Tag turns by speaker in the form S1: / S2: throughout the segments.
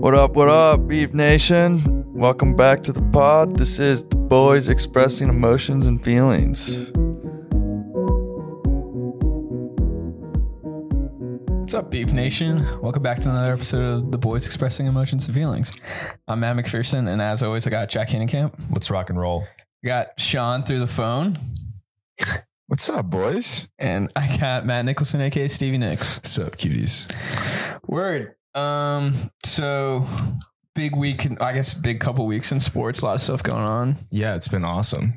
S1: What up, what up, Beef Nation? Welcome back to the pod. This is the boys expressing emotions and feelings.
S2: What's up, Beef Nation? Welcome back to another episode of The Boys Expressing Emotions and Feelings. I'm Matt McPherson, and as always, I got Jack Hannenkamp.
S3: Let's rock and roll.
S2: I got Sean through the phone,
S4: What's up, boys?
S2: and I got Matt Nicholson, aka Stevie Nicks.
S3: Sup, cuties.
S2: Word. Um, so big week, in- I guess big couple weeks in sports, a lot of stuff going on.
S3: Yeah, it's been awesome.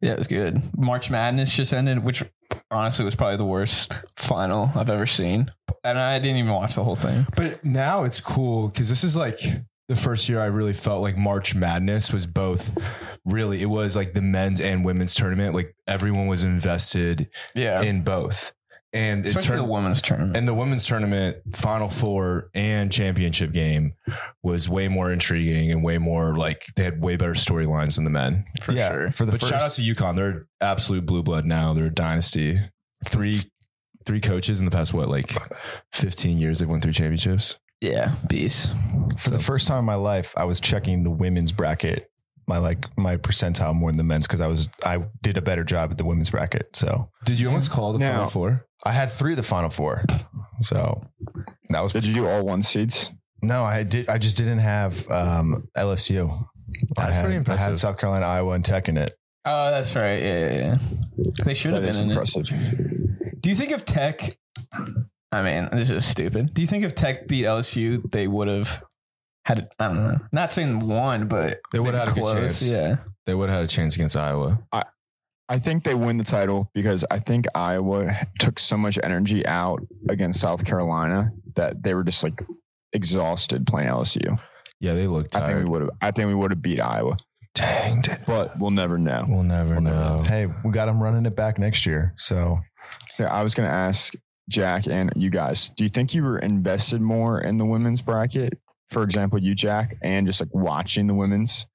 S2: Yeah, it was good. March Madness just ended, which honestly was probably the worst final I've ever seen. And I didn't even watch the whole thing.
S3: But now it's cool because this is like the first year I really felt like March Madness was both really, it was like the men's and women's tournament. Like everyone was invested
S2: Yeah.
S3: in both. And it
S2: Especially the
S3: turned.
S2: women's tournament.
S3: And the women's tournament final four and championship game was way more intriguing and way more like they had way better storylines than the men.
S2: for sure.
S4: For the
S3: but
S4: first,
S3: shout out to UConn. They're absolute blue blood now. They're a dynasty. Three three coaches in the past what like 15 years they've won three championships.
S2: Yeah, beast.
S4: for the first time in my life, I was checking the women's bracket, my like my percentile more than the men's because I was I did a better job at the women's bracket. So
S3: Did you almost call the
S4: Now-
S3: final four?
S4: I had three of the final four. So that was
S5: Did you do all one seats?
S4: no, I did. I just didn't have um, LSU. I
S3: That's pretty
S4: had, I had
S3: impressive.
S4: South Carolina, Iowa, and Tech in it.
S2: Oh, that's right. Yeah, yeah, yeah. They should
S5: That
S2: have
S5: is
S2: been in
S5: impressive.
S2: it. Do you think if Tech? I mean, this is stupid. Do you think if Tech beat LSU, they would have had? I don't know. Not saying won, but
S3: They would have had a good
S2: close.
S3: chance.
S2: Yeah.
S3: They would have had a chance against Iowa.
S5: I think they win the title because I think Iowa took so much energy out against South Carolina that they were just like exhausted playing LSU.
S3: Yeah, they looked
S5: I think we
S3: tired.
S5: would have. I think we would have beat Iowa,
S3: Dang.
S5: but we'll never know.
S3: We'll never
S5: We'll never
S3: know.
S4: Hey, we got them running it back next year. So
S5: Yeah, I was going to ask Jack and you guys. Do you think you were invested more in the women's bracket? For example, you Jack and just like watching the women's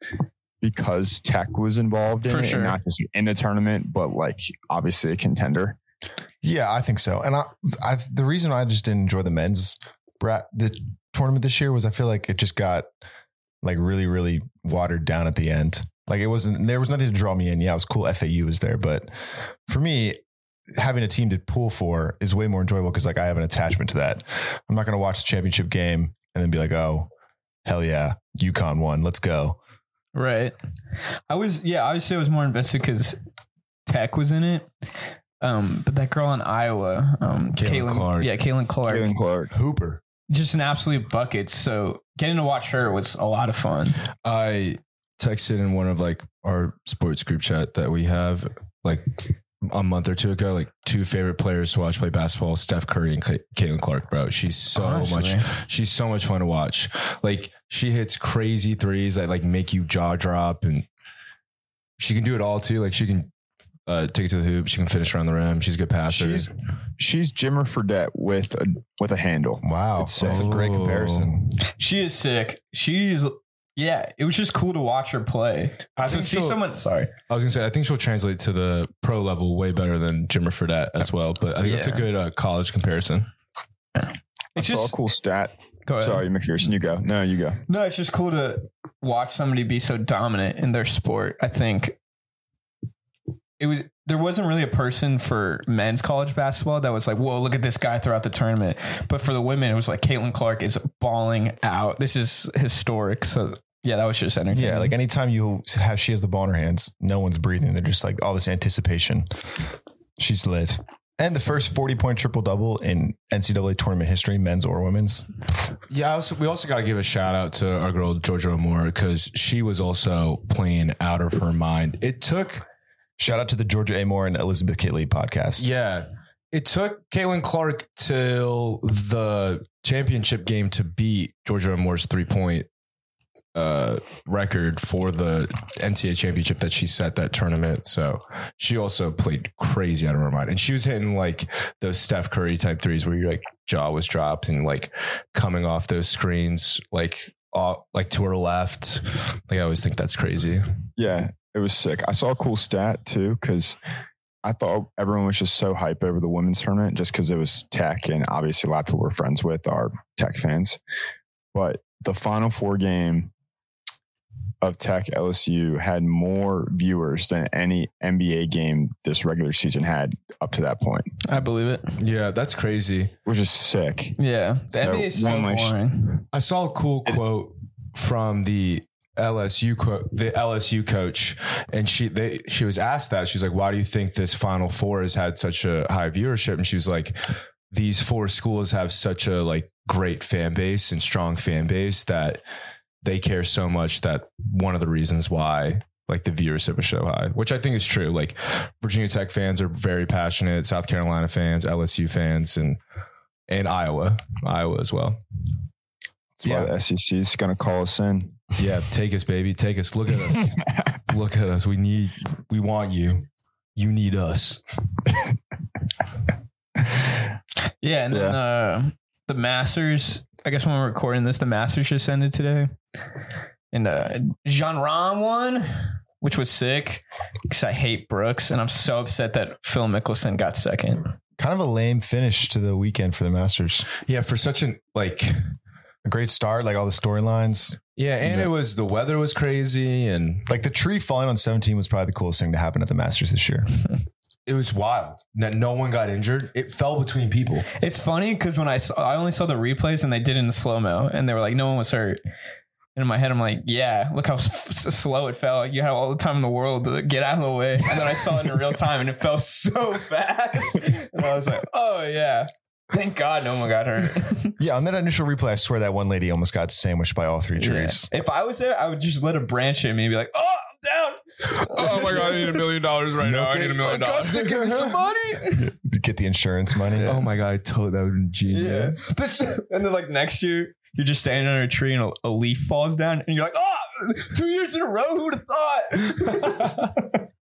S5: because Tech was involved in
S2: For
S5: it,
S2: sure.
S5: and not just in the tournament, but like obviously a contender.
S4: Yeah, I think so. And I, I've the reason I just didn't enjoy the men's bra- the tournament this year was I feel like it just got like really, really watered down at the end. Like it wasn't there was nothing to draw me in. Yeah, it was cool. FAU was there, but for me, having a team to pull for is way more enjoyable because like I have an attachment to that. I'm not going to watch the championship game and then be like, oh, hell yeah, UConn won. Let's go.
S2: Right. I was. Yeah. Obviously, I was more invested because Tech was in it. Um, but that girl in Iowa, um,
S3: Caitlin
S2: Caitlin
S3: Clark.
S2: Yeah, Caitlin Clark.
S5: Jalen Clark.
S4: Hooper.
S2: Just an absolute bucket. So getting to watch her was a lot of fun.
S3: I texted in one of like our sports group chat that we have like a month or two ago, like two favorite players to watch play basketball, Steph Curry and Ca- Caitlin Clark, bro. She's so
S2: Honestly.
S3: much, she's so much fun to watch. Like she hits crazy threes that like make you jaw drop and she can do it all too. Like she can uh, take it to the hoop. She can finish around the rim. She's a good passer.
S5: She's she's Jimmer Fredette with a with a handle.
S4: Wow.
S5: It's
S4: That's a great
S3: so-
S4: comparison.
S2: She is sick. She's yeah. It was just cool to watch her play.
S3: I
S2: so
S3: think
S2: see
S3: she'll-
S2: someone. Sorry.
S3: I was gonna say, I think she'll translate to the pro level way better than Jimmer Fredette as well. But I think that's a
S2: Yeah.
S3: good uh, college comparison.
S5: I
S2: It's
S5: saw
S2: just
S5: a cool stat.
S2: go ahead.
S5: Sorry, McPherson, you go. No, you go.
S2: No, it's just cool to watch somebody be so dominant in their sport. I think it was there wasn't really a person for men's college basketball that was like, whoa, look at this guy throughout the tournament. But for the women, it was like Caitlin Clark is balling out. This is historic. So yeah, that was just entertaining.
S4: Yeah, like anytime you have she has the ball in her hands, no one's breathing. They're just like all this anticipation. She's lit. And the first 40 point triple double in NCAA tournament history, men's or women's.
S3: Yeah, I also, we also got to give a shout out to our girl Georgia O'More because she was also playing out of her mind. It took,
S4: Shout out to the Georgia Amore and Elizabeth Kitley podcast.
S3: yeah, it took Caitlin Clark till the championship game to beat Georgia O'More's three point uh, record for the NCAA championship that she set that tournament. So she also played crazy out of her mind, and she was hitting like those Steph Curry type threes where your like jaw was dropped and like coming off those screens like off, like to her left. Like I always think that's crazy.
S5: Yeah, it was sick. I saw a cool stat too because I thought everyone was just so hype over the women's tournament just because it was tech and obviously a lot of people we're friends with are tech fans. But the Final Four game of Tech LSU had more viewers than any NBA game this regular season had up to that point,
S2: I believe it.
S3: Yeah, that's crazy.
S5: which is sick.
S2: Yeah, the
S5: So,
S2: NBA is so
S5: one less-
S2: boring.
S3: I saw a cool quote from the LSU co- the LSU coach, and she they she was asked that she's like, "Why do you think this Final Four has had such a high viewership?" And she was like, "These four schools have such a like great fan base and strong fan base that they care so much that one of the reasons why." Like the viewership is so high, which I think is true. Like Virginia Tech fans are very passionate, South Carolina fans, LSU fans, and and Iowa, Iowa as well.
S5: That's why the SEC is going to call us in.
S3: Yeah, take us, baby. Take us. Look at us. Look at us. We need, we want you. You need us.
S2: Yeah, and then uh, the Masters. I guess when we're recording this, the Masters just ended today, and uh, Jean Ron won, which was sick because I hate Brooks, and I'm so upset that Phil Mickelson got second.
S4: Kind of a lame finish to the weekend for the Masters.
S3: Yeah, for such an, like,
S4: A great start, like all the storylines.
S3: yeah, and it was, the weather was crazy and
S4: Like the tree falling on 17 was probably the coolest thing to happen at the Masters this year.
S3: it was wild that no one got injured. It fell between people.
S2: It's funny because when I saw, I only saw the replays and they did it in slow mo, and they were like, no one was hurt. And in my head, I'm like, yeah, look how s- s- slow it fell. You had all the time in the world to get out of the way. And then I saw it in real time, and it fell so fast. And I was like, oh yeah, thank God no one got hurt.
S4: Yeah, on that initial replay, I swear that one lady almost got sandwiched by all three trees.
S2: Yeah. If I was there, I would just let a branch hit me and be like, oh, I'm down.
S3: Oh million dollars right now. I need a million
S4: Augusta, give me some
S2: money.
S4: Get the insurance money.
S3: Oh my God, I told that would be genius.
S2: This- and then like next year, you're just standing under a tree and a, a leaf falls down, and you're like, oh, two years in a row, who'd have thought?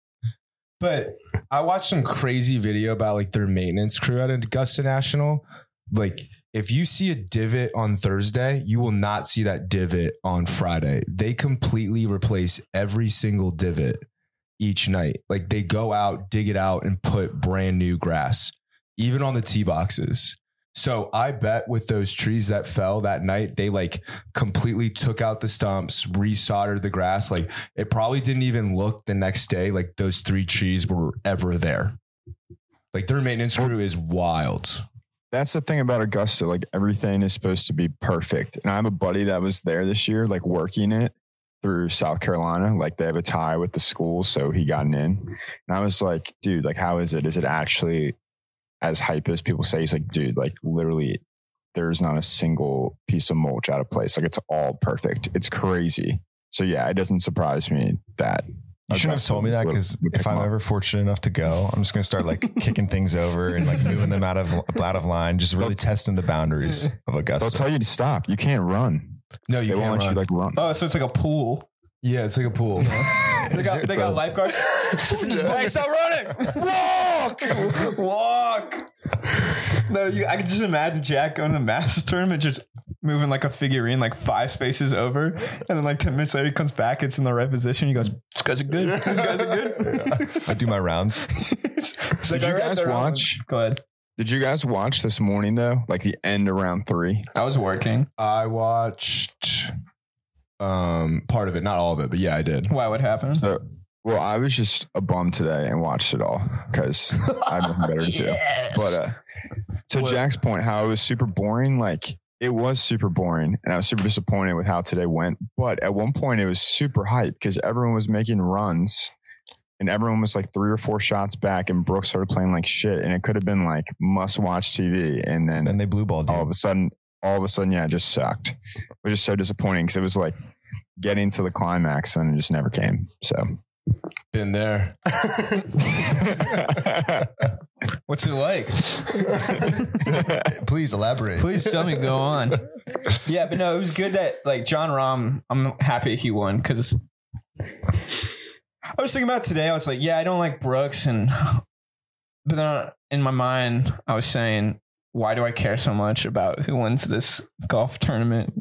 S3: But I watched some crazy video about like their maintenance crew at Augusta National. Like, if you see a divot on Thursday, you will not see that divot on Friday. They completely replace every single divot each night. Like, they go out, dig it out, and put brand new grass, even on the tee boxes. So I bet with those trees that fell that night, they like completely took out the stumps, resoldered the grass. Like it probably didn't even look the next day like those three trees were ever there. Like their maintenance crew is wild.
S5: that's the thing about Augusta. Like everything is supposed to be perfect. And I have a buddy that was there this year, like working it through South Carolina. Like they have a tie with the school, so he got an in. And I was like, dude, like how is it? Is it actually as hype as people say? He's like, dude, like literally, there's not a single piece of mulch out of place. Like it's all perfect. It's crazy. So yeah, it doesn't surprise me that.
S4: You shouldn't have told me that because if I'm ever fortunate enough to go, I'm just going to start like kicking things over and like moving them out of out of line, just really testing the boundaries of
S5: they'll
S4: Augusta.
S5: tell you to stop. You can't run.
S3: No, you
S5: they
S3: can't
S5: won't let
S3: run.
S5: you like run.
S2: oh, so it's like a pool.
S3: yeah, it's like a pool.
S2: They got, they got lifeguards. Just like, stop running. Walk. Walk. No, you, I can just imagine Jack going to the Masters tournament, just moving like a figurine, like five spaces over. And then, like 10 minutes later, he comes back, it's in the right position. He goes, These guys are good. These guys are good.
S4: I do my rounds.
S2: It's
S5: Did you
S2: "All right,
S5: guys
S2: they're on."
S5: watch?
S2: Go ahead.
S5: Did you guys watch this morning though? Like the end around three?
S2: I was working.
S3: I watched um part of it, not all of it, but yeah, I did.
S2: Why? What happened?
S5: So, well, I was just a bum today and watched it all because I have nothing better to do. But uh, to
S3: What-
S5: Jack's point, how it was super boring, like it was super boring, and I was super disappointed with how today went. But at one point, it was super hype because everyone was making runs. And everyone was like three or four shots back, and Brooks started playing like shit. And it could have been like must watch TV. And then
S4: And they blue balled
S5: all of
S4: you.
S5: a sudden, all of a sudden, yeah, it just sucked, which is so disappointing because it was like getting to the climax and it just never came. So,
S3: Been there.
S2: What's it like?
S3: Oh.
S4: Please elaborate.
S2: Please tell me go on. Yeah, but no, it was good that like John Rom, I'm happy he won because I was thinking about it today. I was like, yeah, I don't like Brooks, and but then in my mind, I was saying, why do I care so much about who wins this golf tournament?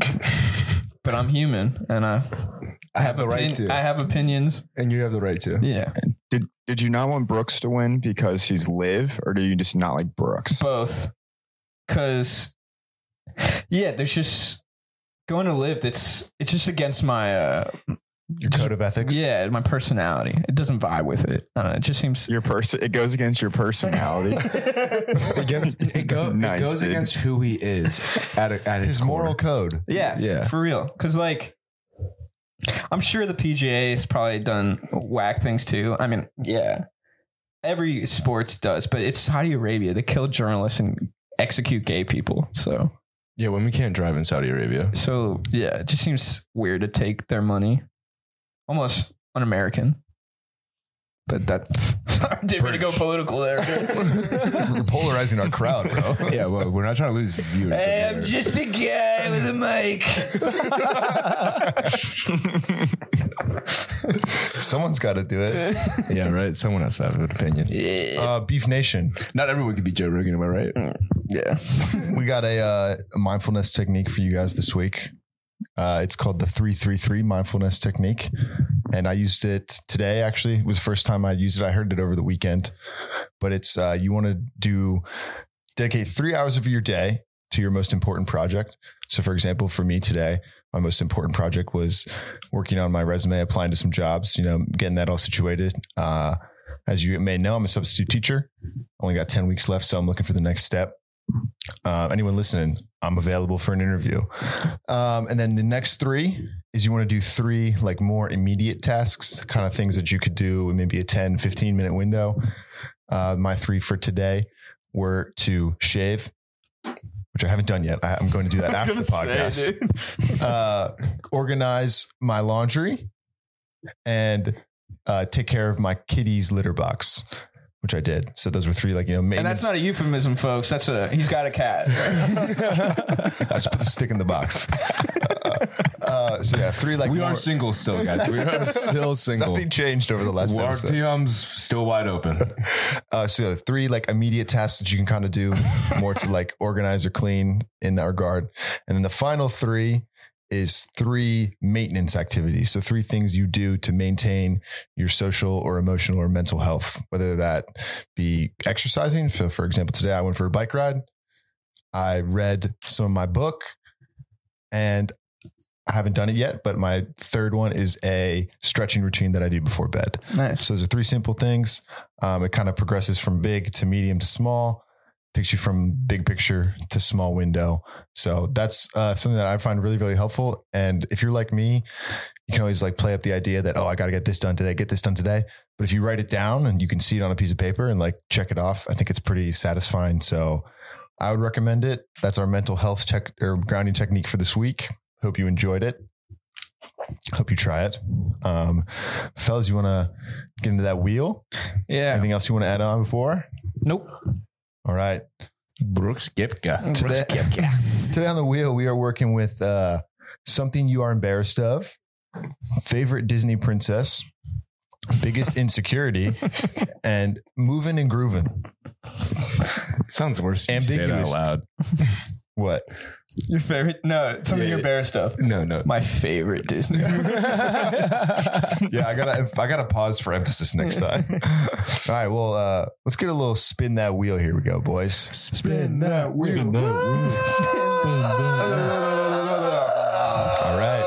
S2: but I'm human, and I,
S3: I have the right
S2: opin-
S3: to.
S2: I have opinions.
S3: and you have the right to.
S2: Yeah,
S5: did did you not want Brooks to win because he's live, or do you just not like Brooks?
S2: both because yeah there's just going to live that's it's just against my uh
S4: Your code of ethics.
S2: yeah my personality it doesn't vibe with it I don't know, it just seems
S5: Your person, it goes against your personality.
S3: Against, it, go,
S5: Nice,
S3: it goes
S5: dude.
S3: against who he is at, a, at
S4: His
S3: core.
S4: moral code.
S2: yeah
S3: Yeah.
S2: for real because like i'm sure the pga has probably done whack things too i mean yeah every sports does but it's saudi arabia they kill journalists and execute gay people so
S3: Yeah, when we can't drive in Saudi Arabia.
S2: so yeah it just seems weird to take their money almost un-american but that sorry didn't mean to go political there
S4: You're polarizing our crowd, bro.
S3: Yeah, well, we're not trying to lose viewers. over there.
S2: just a guy with a mic.
S4: Someone's got to do it.
S3: yeah, right. Someone has to have an opinion.
S4: Uh, Beef Nation.
S3: Not everyone could be Joe Rogan, am I right?
S2: yeah.
S4: We got a, uh, a mindfulness technique for you guys this week. Uh, it's called the 333 mindfulness technique. And I used it today, actually. It was the first time I used it. I heard it over the weekend. But it's uh, you want to do dedicate three hours of your day to your most important project. So, for example, for me today, my most important project was working on my resume, applying to some jobs, you know, getting that all situated. Uh, as you may know, I'm a substitute teacher. Only got 10 weeks left, so I'm looking for the next step uh, anyone listening, I'm available for an interview. Um, and then the next three is you want to do three like more immediate tasks, kind of things that you could do in maybe a 10, 15 minute window. Uh, my three for today were to shave, which I haven't done yet. I, I'm going to do that after the podcast. uh, organize my laundry and uh, take care of my kitty's litter box, which I did. So those were three like, you know,
S2: and that's not a euphemism, folks. That's a he's got a cat.
S4: I just put the stick in the box. Uh, so yeah, three like
S3: we
S4: more-
S3: are single still, guys. We are still single.
S4: nothing changed over the last
S3: Our
S4: episode.
S3: DMs still wide open.
S4: Uh, so yeah, three like immediate tasks that you can kind of do more to like organize or clean in that regard, and then the final three is three maintenance activities. So three things you do to maintain your social or emotional or mental health, whether that be exercising. So for example, today I went for a bike ride. I read some of my book and I haven't done it yet, but my third one is a stretching routine that I do before bed.
S2: Nice.
S4: So those are three simple things. Um, it kind of progresses from big to medium to small, takes you from big picture to small window. So that's uh, something that I find really, really helpful. And if you're like me, you can always like play up the idea that, oh, I got to get this done today, get this done today. But if you write it down and you can see it on a piece of paper and like check it off, I think it's pretty satisfying. So I would recommend it. That's our mental health tech or grounding technique for this week. Hope you enjoyed it. Hope you try it. Um, fellas, you want to get into that wheel?
S2: Yeah.
S4: Anything else you want to add on before?
S2: Nope.
S4: All right.
S3: Brooks Gipka.
S4: Today, today on the wheel, we are working with uh, something you are embarrassed of, favorite Disney princess, biggest insecurity, and moving and grooving.
S3: Sounds worse. if you say it
S4: Ambiguous.
S3: loud.
S4: What?
S2: Your favorite? No, something
S3: Yeah.
S2: you're embarrassed of.
S3: No, no.
S2: My favorite Disney.
S4: Yeah, I gotta I gotta pause for emphasis next time. All right, well, uh, let's get a little spin that wheel. Here we go, boys.
S3: Spin that wheel. Spin
S4: All right.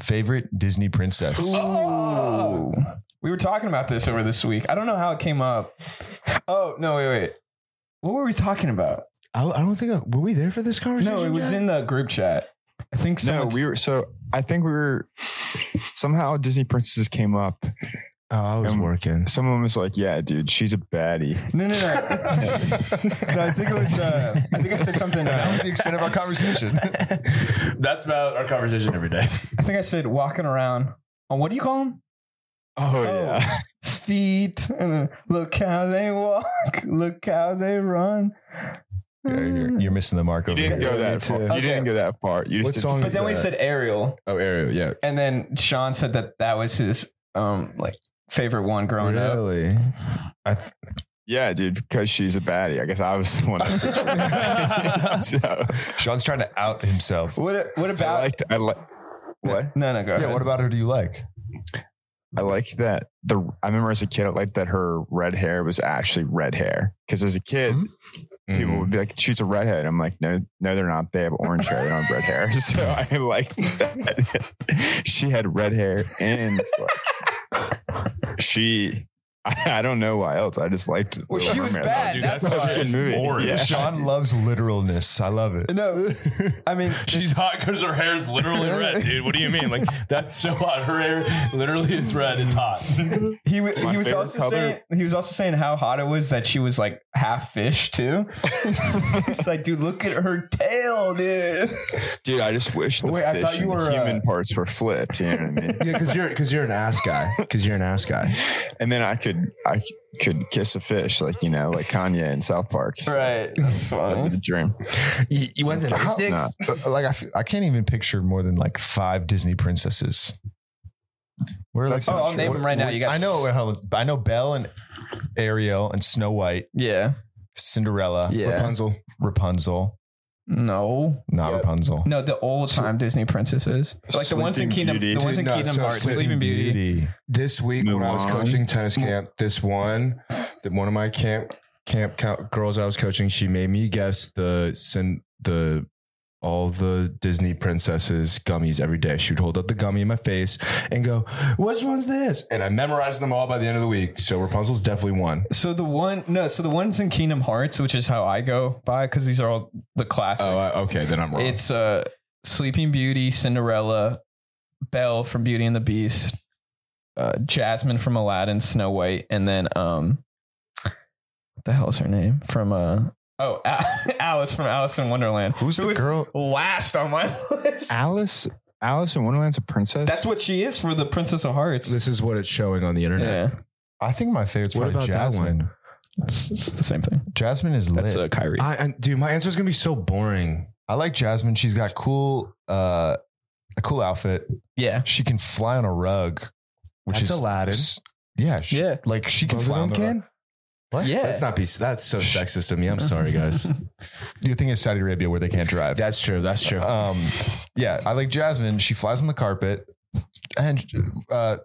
S4: Favorite Disney princess.
S2: Oh. We were talking about this over this week. I don't know how it came up. Oh, no, wait, wait. What were we talking about?
S3: I, I don't think I, were we there for this conversation?
S2: No, it was
S3: Jack?
S2: in the group chat. I think so.
S5: no, we were so I think we were somehow Disney princesses came up.
S3: Oh, I was
S5: Um,
S3: working.
S5: Someone was like, "Yeah, dude, she's a baddie."
S2: No, no, no. no I think it was. Uh, I think I said something.
S4: That was
S2: Uh,
S4: the extent of our conversation.
S3: That's about our conversation every day.
S2: I think I said walking around on what do you call them?
S5: Oh,
S2: yeah. Feet. And then look how they walk. Look how they run.
S4: Yeah, you're, you're missing the mark
S5: You
S4: over
S5: didn't
S4: here.
S5: go that
S3: Me
S5: far.
S3: too.
S5: You didn't
S2: Okay.
S5: go that far. You
S3: What
S5: just
S3: song
S2: but
S3: is
S2: then we
S3: that?
S2: said Ariel,
S3: Oh, Ariel. Yeah.
S2: and then Sean said that that was his um like favorite one growing up.
S3: Really? I th-
S5: Did, yeah, dude, because she's a baddie. I guess I was the one. that switched around. so
S4: Sean's trying to out himself.
S2: What What
S5: I
S2: about?
S5: liked. I like. What?
S2: no, no, go.
S4: Yeah,
S2: ahead.
S4: what about her do you like?
S5: I liked that the I remember as a kid I liked that her red hair was actually red hair because as a kid
S4: Hmm?
S5: people would be like, she's a redhead. I'm like, no, no, they're not. They have orange hair. They don't have red hair. So I liked that. she had red hair and like, she, I, I don't know why else. I just liked.
S2: Well,
S5: Little
S2: she was
S5: Mermaid.
S2: bad.
S3: dude,
S2: that's
S3: that's
S2: why.
S5: fucking movie.
S3: boring.
S5: Yeah.
S4: Sean loves literalness. I love it.
S2: No, I mean,
S3: She's hot because her hair is literally red, dude. What do you mean? Like that's so hot. Her hair literally is red. It's hot.
S2: he w-
S5: My
S2: he was
S5: favorite
S2: also
S5: color-
S2: saying he was also saying how hot it was that she was like half fish too. it's like, dude, look at her tail, dude.
S5: Dude, I just wish the
S3: Wait, I
S5: fish
S3: thought you
S5: and the
S3: were,
S5: human
S3: uh,
S5: parts were flipped. You know what I mean?
S3: Yeah, because you're because you're an ass guy. Because you're an ass guy.
S5: and then I could I could kiss a fish like you know like Kanye in South Park.
S2: Right, that's
S5: That'd be the dream.
S3: You, you went to
S5: How- nah.
S4: Uh, Like I, f- I can't even picture more than like five Disney princesses. What are like?
S2: That's not Oh, I'll true. name 'em right now. You got
S4: I know. hold on. I know Belle and Ariel and Snow White,
S2: Yeah,
S4: Cinderella,
S2: Yeah.
S4: Rapunzel, Rapunzel,
S2: no,
S4: not Rapunzel.
S2: no, the old time Disney princesses, like the ones in
S5: Sleeping
S2: Kingdom,
S5: Beauty.
S2: the ones in
S3: Dude, no,
S2: Kingdom
S3: so
S2: Hearts,
S3: Sleeping
S2: Sleeping Beauty.
S3: this week when I was
S5: Mulan.
S3: coaching tennis camp, this one, the, one of my camp camp co- girls I was coaching, she made me guess the send the all the Disney princesses gummies every day. She would hold up the gummy in my face and go, "Which one's this?" And I memorized them all by the end of the week. So Rapunzel's definitely one.
S2: So the one, no, so the ones in Kingdom Hearts, which is how I go by, because these are all the classics.
S3: Oh, I- okay, then I'm wrong.
S2: It's uh, Sleeping Beauty, Cinderella, Belle from Beauty and the Beast, uh, Jasmine from Aladdin, Snow White, and then um, what the hell is her name from uh? Oh, A- Alice from Alice in Wonderland.
S4: Who's
S2: Who
S4: the
S2: is
S4: girl?
S2: Last on my list.
S5: Alice Alice in Wonderland's a princess.
S2: That's what she is for the Princess of Hearts.
S3: this is what it's showing on the internet.
S2: yeah,
S4: I think my favorite's
S3: What
S4: probably
S3: about that
S4: Jasmine.
S3: one?
S2: it's, it's the same thing.
S4: Jasmine is lit.
S2: That's uh, Kyrie.
S3: I, I dude, my answer is gonna be so boring.
S4: I like Jasmine. She's got cool, uh, a cool outfit.
S2: yeah,
S4: She can fly on a rug, which
S3: That's
S4: is
S3: Aladdin.
S4: s- Yeah, she,
S2: Yeah.
S4: Like she can
S3: Both of
S4: fly on
S3: them
S4: the rug.
S3: can.
S4: What?
S2: yeah.
S3: Let's not be. That's so sexist of me. I'm sorry, guys.
S4: You're thinking of Saudi Arabia where they can't drive.
S3: That's true. That's true.
S4: um, yeah, I like Jasmine. She flies on the carpet, and uh,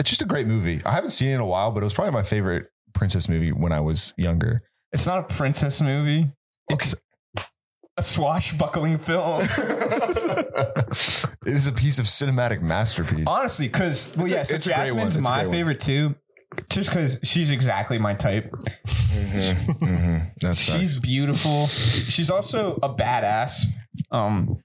S4: it's just a great movie. I haven't seen it in a while, but it was probably my favorite princess movie when I was younger.
S2: It's not a princess movie. It's a swashbuckling film.
S4: it is a piece of cinematic masterpiece.
S2: Honestly, because well,
S3: It's a-
S2: yeah, so
S3: it's a great one.
S2: Jasmine's
S3: It's a
S2: my
S3: great one.
S2: favorite too, just because she's exactly my type.
S3: Mm-hmm. That's
S2: she's beautiful. She's also a badass. Um,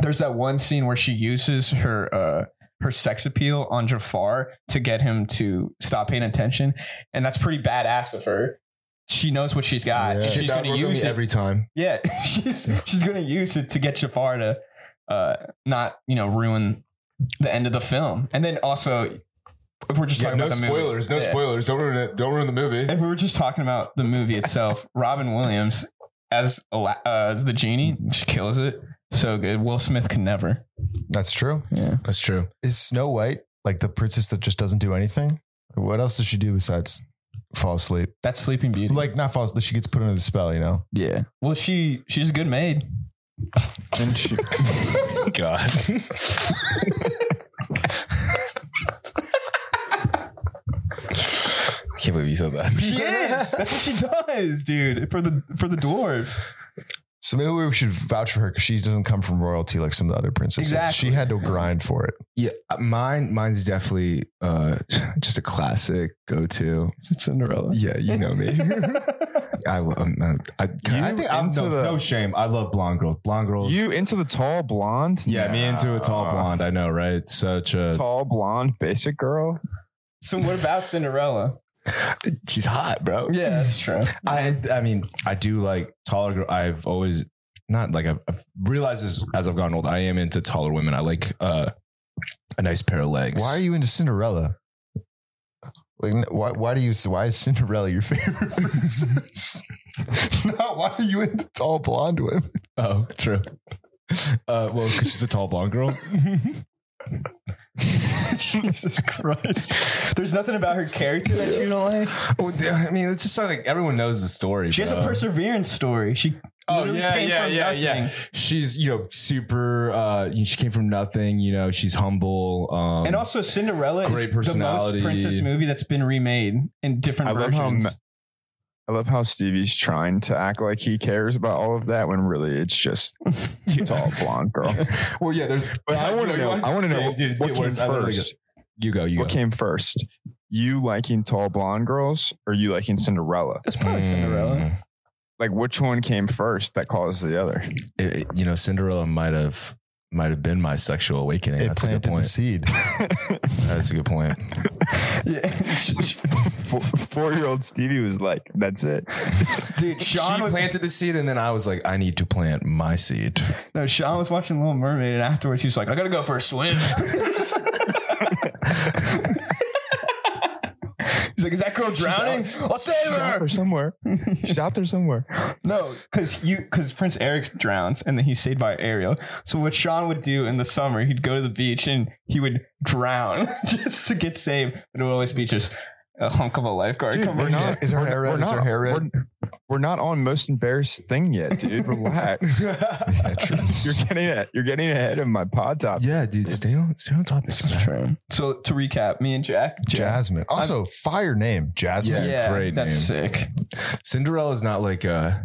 S2: there's that one scene where she uses her uh her sex appeal on Jafar to get him to stop paying attention, and that's pretty badass of her. She knows what she's got.
S4: Yeah.
S2: She's going to use it.
S3: every time.
S2: Yeah, she's she's gonna use it to get Jafar to uh, not you know ruin the end of the film, and then also if we're just talking
S3: no
S2: about the
S3: spoilers.
S2: movie,
S3: No
S2: Yeah.
S3: spoilers. Don't ruin it. Don't ruin the movie.
S2: If we were just talking about the movie itself, Robin Williams as Ala- uh, as the genie, she kills it so good. Will Smith can never.
S4: That's true.
S2: Yeah,
S3: That's true.
S4: Is Snow White like the princess that just doesn't do anything? What else does she do besides fall asleep?
S2: that's Sleeping Beauty.
S4: Like not fall asleep. She gets put under the spell. You know.
S2: yeah, well she she's a good maid.
S5: and she,
S3: God. I can't believe you said that.
S2: She is. That's what she does, dude. For the for the dwarves.
S4: So maybe we should vouch for her because she doesn't come from royalty like some of the other princesses.
S2: Exactly.
S4: She had to grind for it.
S3: Yeah, uh, mine. Mine's definitely uh, just a classic go-to.
S2: Cinderella.
S3: Yeah, you know me. I, um, I, I
S5: You
S3: think I'm
S5: into
S3: no,
S5: the-
S3: no shame. I love blonde girls. Blonde girls.
S5: you into the tall blonde?
S3: yeah, me
S5: Nah.
S3: into a tall blonde. I know, right? Such a
S5: Tall blonde basic girl.
S2: So what about Cinderella?
S3: she's hot, bro.
S2: Yeah, that's true.
S3: I I mean, I do like taller girl. I've always not like I've, I've realized as, as I've gotten old, I am into taller women. I like uh, a nice pair of legs.
S4: Why are you into Cinderella? Like n- why? Why do you? Why is Cinderella your favorite princess? Not why are you into tall blonde women?
S3: Oh, true. Uh, well, 'cause she's a tall blonde girl.
S2: Jesus Christ. There's nothing about her character that you don't like.
S3: Oh, d- I mean, it's just like everyone knows the story.
S2: She has a
S3: bro.
S2: perseverance story. She
S3: Oh
S2: literally
S3: yeah,
S2: came
S3: yeah,
S2: from
S3: yeah, yeah.
S2: nothing.
S3: She's you know super. Uh, she came from nothing. You know, she's humble. Um,
S2: And also Cinderella
S3: Great
S2: is the most
S3: personality.
S2: princess movie that's been remade in different
S5: I love how
S2: versions.
S5: Ma- I love how Stevie's trying to act like he cares about all of that when really it's just tall blonde girl.
S3: well, yeah, there's.
S5: But I want to know. I want to know
S3: Dude,
S5: what
S3: get
S5: came
S3: words out of the-
S5: first.
S3: You go. You
S5: What
S3: go.
S5: came first? You liking tall blonde girls or you liking Cinderella?
S2: It's probably Cinderella.
S3: Mm.
S5: Like which one came first that caused the other?
S3: It- it- you know, Cinderella might have might have been my sexual awakening.
S4: it
S3: That's a good
S4: planted the
S3: point.
S4: seed.
S3: That's a good point.
S5: Four year old Stevie was like, that's it.
S2: Dude, Sean
S3: she
S2: was,
S3: planted the seed, and then I was like, I need to plant my seed.
S2: no, Sean was watching Little Mermaid, and afterwards she's like, "I gotta go for a swim." He's like, "Is that girl drowning? I'll save
S5: Shop
S2: her."
S5: her somewhere. Shop there somewhere.
S2: No, because you because Prince Eric drowns and then he's saved by Ariel. So what Sean would do in the summer, he'd go to the beach and he would drown just to get saved. But it would always be just a hunk of a lifeguard.
S5: Dude,
S2: Come
S5: we're
S2: on.
S5: not,
S4: Is her
S5: we're-
S4: hair red?
S5: We're
S4: Is
S5: not,
S4: her hair red?
S5: We're, we're not on most embarrassed thing yet, dude. Relax. you're getting it. You're getting ahead of my pod top.
S3: Yeah, dude, stay on, stay on topic.
S2: This is true. So to recap, me and Jack.
S4: Jasmine. Also, fire name, Jasmine.
S3: Yeah. great
S2: that's sick.
S3: Cinderella is not like uh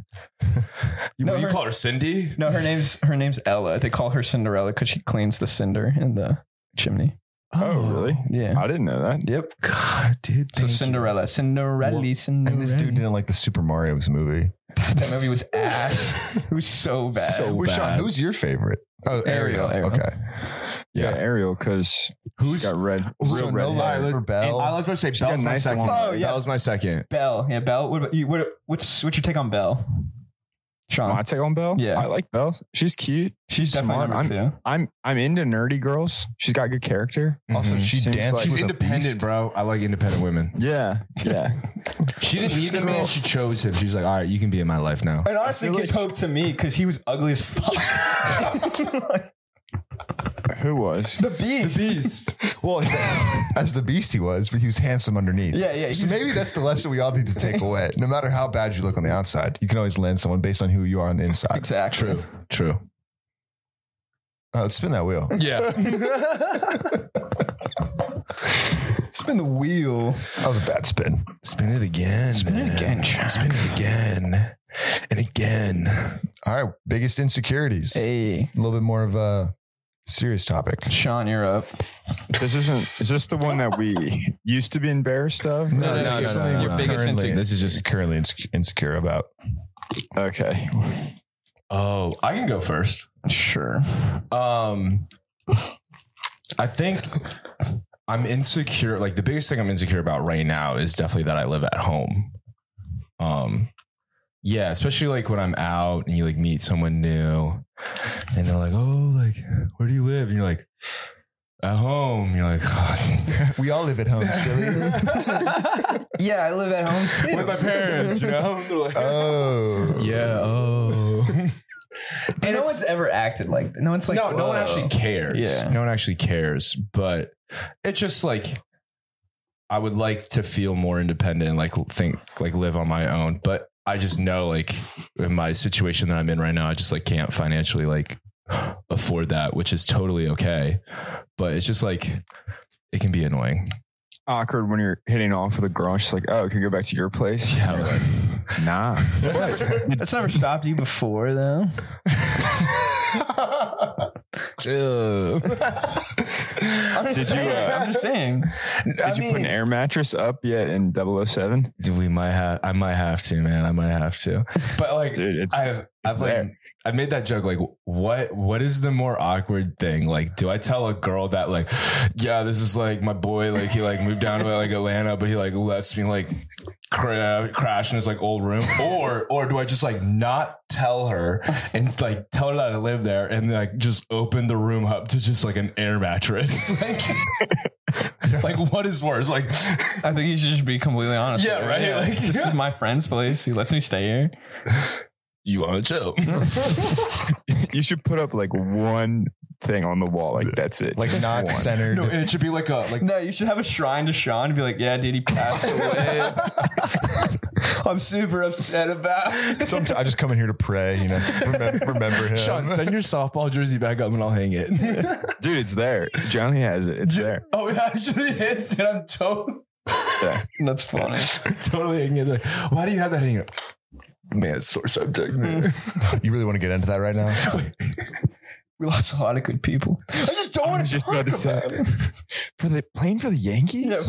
S3: you,
S2: No,
S3: what, you
S2: her-
S3: call her Cindy?
S2: No, her name's her name's Ella. They call her Cinderella because she cleans the cinder in the chimney.
S5: Oh, really?
S2: Yeah.
S5: I didn't know that.
S2: Yep.
S3: God, dude.
S2: So Cinderella, Cinderella, Cinderella.
S4: And this dude didn't like the Super Mario's movie.
S2: that movie was ass. It was so bad.
S3: So
S4: Wait, Sean,
S3: bad.
S4: who's your favorite? Oh,
S2: Ariel,
S4: Ariel.
S2: Ariel.
S4: Okay.
S5: Yeah, Ariel, because who's Oh, got red? Real
S4: so
S5: red
S4: no
S5: hair.
S4: life for Belle.
S3: I was going to say
S5: got
S3: Belle's my
S5: nice
S3: second.
S5: long-
S2: Oh, yeah.
S3: Belle's my second.
S2: Bell, yeah, Bell. What about you? What, what's what's your take on Bell? Sean,
S5: My take on Belle.
S2: Yeah.
S5: I like Belle. She's cute.
S2: she's definitely
S5: smart.
S2: number two.
S5: I'm I'm into nerdy girls. She's got good character.
S4: also,
S3: Mhm.
S4: she
S5: Seems
S4: danced.
S5: like-
S4: with
S3: she's
S4: a
S3: independent,
S4: beast.
S3: bro. I like independent women.
S5: Yeah, yeah.
S3: She didn't need the man. She chose him. She's like, all right, you can be in my life now.
S2: And honestly,
S5: I
S2: it
S5: feel
S2: gives hope to me because he was ugly as fuck.
S5: Who was?
S2: the beast.
S4: Well, as the beast he was, but he was handsome underneath.
S2: Yeah, yeah,
S4: So
S2: he's-
S4: maybe that's the lesson we all need to take away. No matter how bad you look on the outside, you can always land someone based on who you are on the inside.
S2: Exactly.
S3: True. True.
S4: Uh, let's spin that wheel.
S3: Yeah.
S2: Spin the wheel.
S4: That was a bad spin.
S3: Spin it again. Spin
S2: it again, Chuck.
S3: Spin it again. And again.
S4: All right, biggest insecurities.
S2: Hey,
S4: A little bit more of a serious topic.
S2: Sean, you're up.
S5: This isn't. Is this the one that we used to be embarrassed of?
S2: No, no,
S4: this is
S2: no, no,
S4: something
S2: no,
S4: we're
S2: no. Your biggest
S4: currently-
S2: insec-
S4: This is just currently insec- insecure about.
S5: Okay.
S3: Oh, I can go first.
S2: Sure.
S3: Um, I think I'm insecure. Like the biggest thing I'm insecure about right now is definitely that I live at home. Um, yeah, especially like when I'm out and you like meet someone new, and they're like, "Oh, like where do you live?" And you're like, "At home." You're like, "Oh,
S4: We all live at home, silly.
S2: Yeah, I live at home too.
S3: "With my parents," you know? They're like,
S4: Oh.
S3: Yeah. Oh.
S2: And no one's ever acted like that. No one's like,
S3: no, no one
S2: "Whoa."
S3: actually cares.
S2: Yeah.
S3: No one actually cares. But it's just like I would like to feel more independent and like think like live on my own. But I just know like in my situation that I'm in right now, I just like can't financially like afford that, which is totally okay. But it's just like it can be annoying.
S5: Awkward when you're hitting off with a girl. She's like, "Oh, can you go back to your place?"
S3: Yeah, like-
S5: Nah.
S2: That's never, that's never stopped you before, though.
S4: Chill.
S2: I'm just
S5: Did you,
S2: saying.
S5: uh,
S2: I'm just saying.
S5: Did you put an air mattress up yet in 007?
S3: we might have I might have to, man. I might have to. But like
S5: Dude, it's
S3: I've I've like
S5: there.
S3: I've made that joke like what what is the more awkward thing like do I tell a girl that like yeah this is like my boy like he like moved down to like Atlanta but he like lets me like cra- crash in his like old room or or do I just like not tell her and like tell her that I live there and like just open the room up to just like an air mattress like like what is worse like
S2: I think you should just be completely honest.
S3: Yeah,
S2: with her.
S3: right? Like-
S2: this is my friend's place. He lets me stay here.
S3: you want to chill
S5: you should put up like one thing on the wall. Like that's it.
S4: Like
S5: Just
S4: not
S5: one.
S4: centered.
S3: no and it should be like a like
S2: No, you should have a shrine to Sean and be like, "Yeah, dude, he passed away. I'm super upset about."
S4: Sometimes I just come in here to pray, you know, remember, remember him.
S3: Sean, send your softball jersey back up and I'll hang it.
S5: dude. It's there. Johnny has it. It's there.
S3: oh, it actually is, dude. I'm totally.
S2: That's funny.
S3: totally. I can get like, why do you have that hanging up? Man, it's sore subject.
S5: Mm.
S3: man.
S4: You really want to get into that right now?
S2: We lost a lot of good people.
S3: I just don't want to
S5: just about to say for the playing for the Yankees.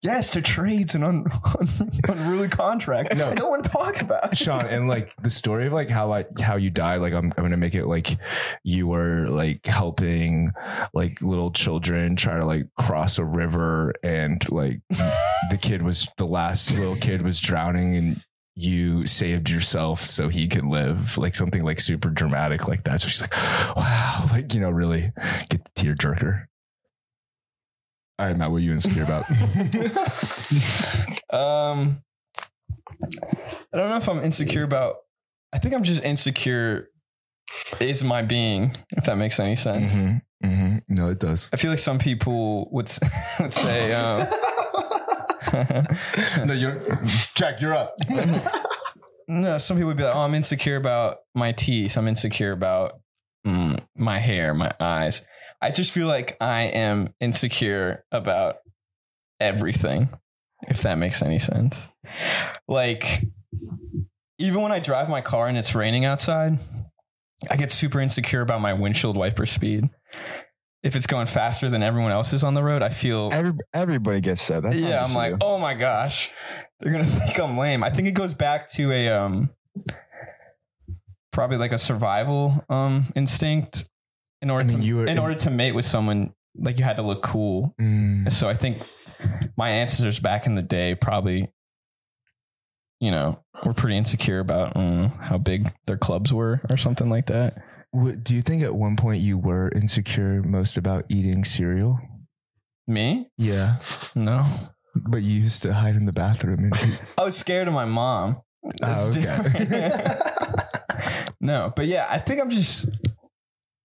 S2: yes, to trades and un, un, unruly contract.
S3: No.
S2: I don't want to talk about.
S3: Sean, and like the story of like how I how you died, like I'm I'm gonna make it like you were like helping like little children try to like cross a river and like the kid was the last little kid was drowning and you saved yourself so he could live like something like super dramatic like that. So she's like, wow, like you know, really get the tear jerker. All right, Matt, what are you insecure about?
S2: um, I don't know if I'm insecure about. I think I'm just insecure. Is my being, if that makes any sense.
S3: Mhm, mhm. No, it does.
S2: I feel like some people would s- would say. Um,
S3: No, you're Jack, you're up.
S2: No, some people would be like, "Oh, I'm insecure about my teeth. I'm insecure about mm, my hair, my eyes." I just feel like I am insecure about everything, if that makes any sense. Like, even when I drive my car and it's raining outside, I get super insecure about my windshield wiper speed. If it's going faster than everyone else's on the road, I feel
S5: Every, everybody gets that. That's not
S2: yeah,
S5: just
S2: I'm like,
S5: you.
S2: oh my gosh, they're gonna think I'm lame. I think it goes back to a um, probably like a survival um instinct in order
S3: I mean,
S2: to
S3: you were
S2: in,
S3: in-
S2: order to mate with someone, like you had to look cool.
S3: Mm. Mm-hmm.
S2: So I think my ancestors back in the day probably, you know, were pretty insecure about mm, how big their clubs were or something like that.
S3: What, do you think at one point you were insecure most about eating cereal?
S2: Me?
S3: Yeah,
S2: No,
S3: but you used to hide in the bathroom. And
S2: I was scared of my mom. That's
S3: okay.
S2: different. no, but yeah, I think I'm just,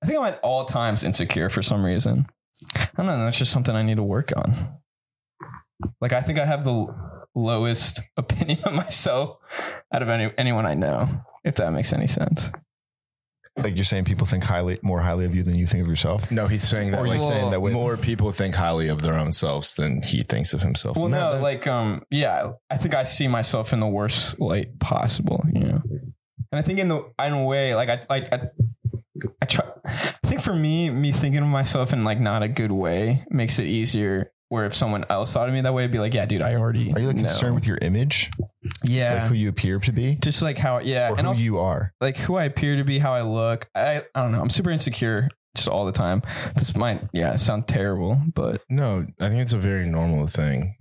S2: I think I'm at all times insecure for some reason. I don't know. That's just something I need to work on. Like, I think I have the l- lowest opinion of myself out of any, anyone I know, if that makes any sense.
S4: Like you're saying, people think highly more highly of you than you think of yourself.
S3: no, he's saying that.
S4: Or
S3: like,
S4: you're saying that way-
S3: more people think highly of their own selves than he thinks of himself.
S2: Well, no, like, um, yeah, I think I see myself in the worst light possible, you know. And I think in the in a way, like I, I, I, I try. I think for me, me thinking of myself in like not a good way makes it easier. Where if someone else thought of me that way, I'd be like, yeah, dude, I already.
S4: Are you like
S2: know.
S4: concerned with your image,
S2: Yeah,
S4: like who you appear to be,
S2: just like how, yeah,
S4: or
S2: and
S4: who
S2: also
S4: you are?
S2: like who I appear to be, how I look. I, I don't know. I'm super insecure just all the time. This might, yeah, sound terrible, but
S3: no, I think it's a very normal thing.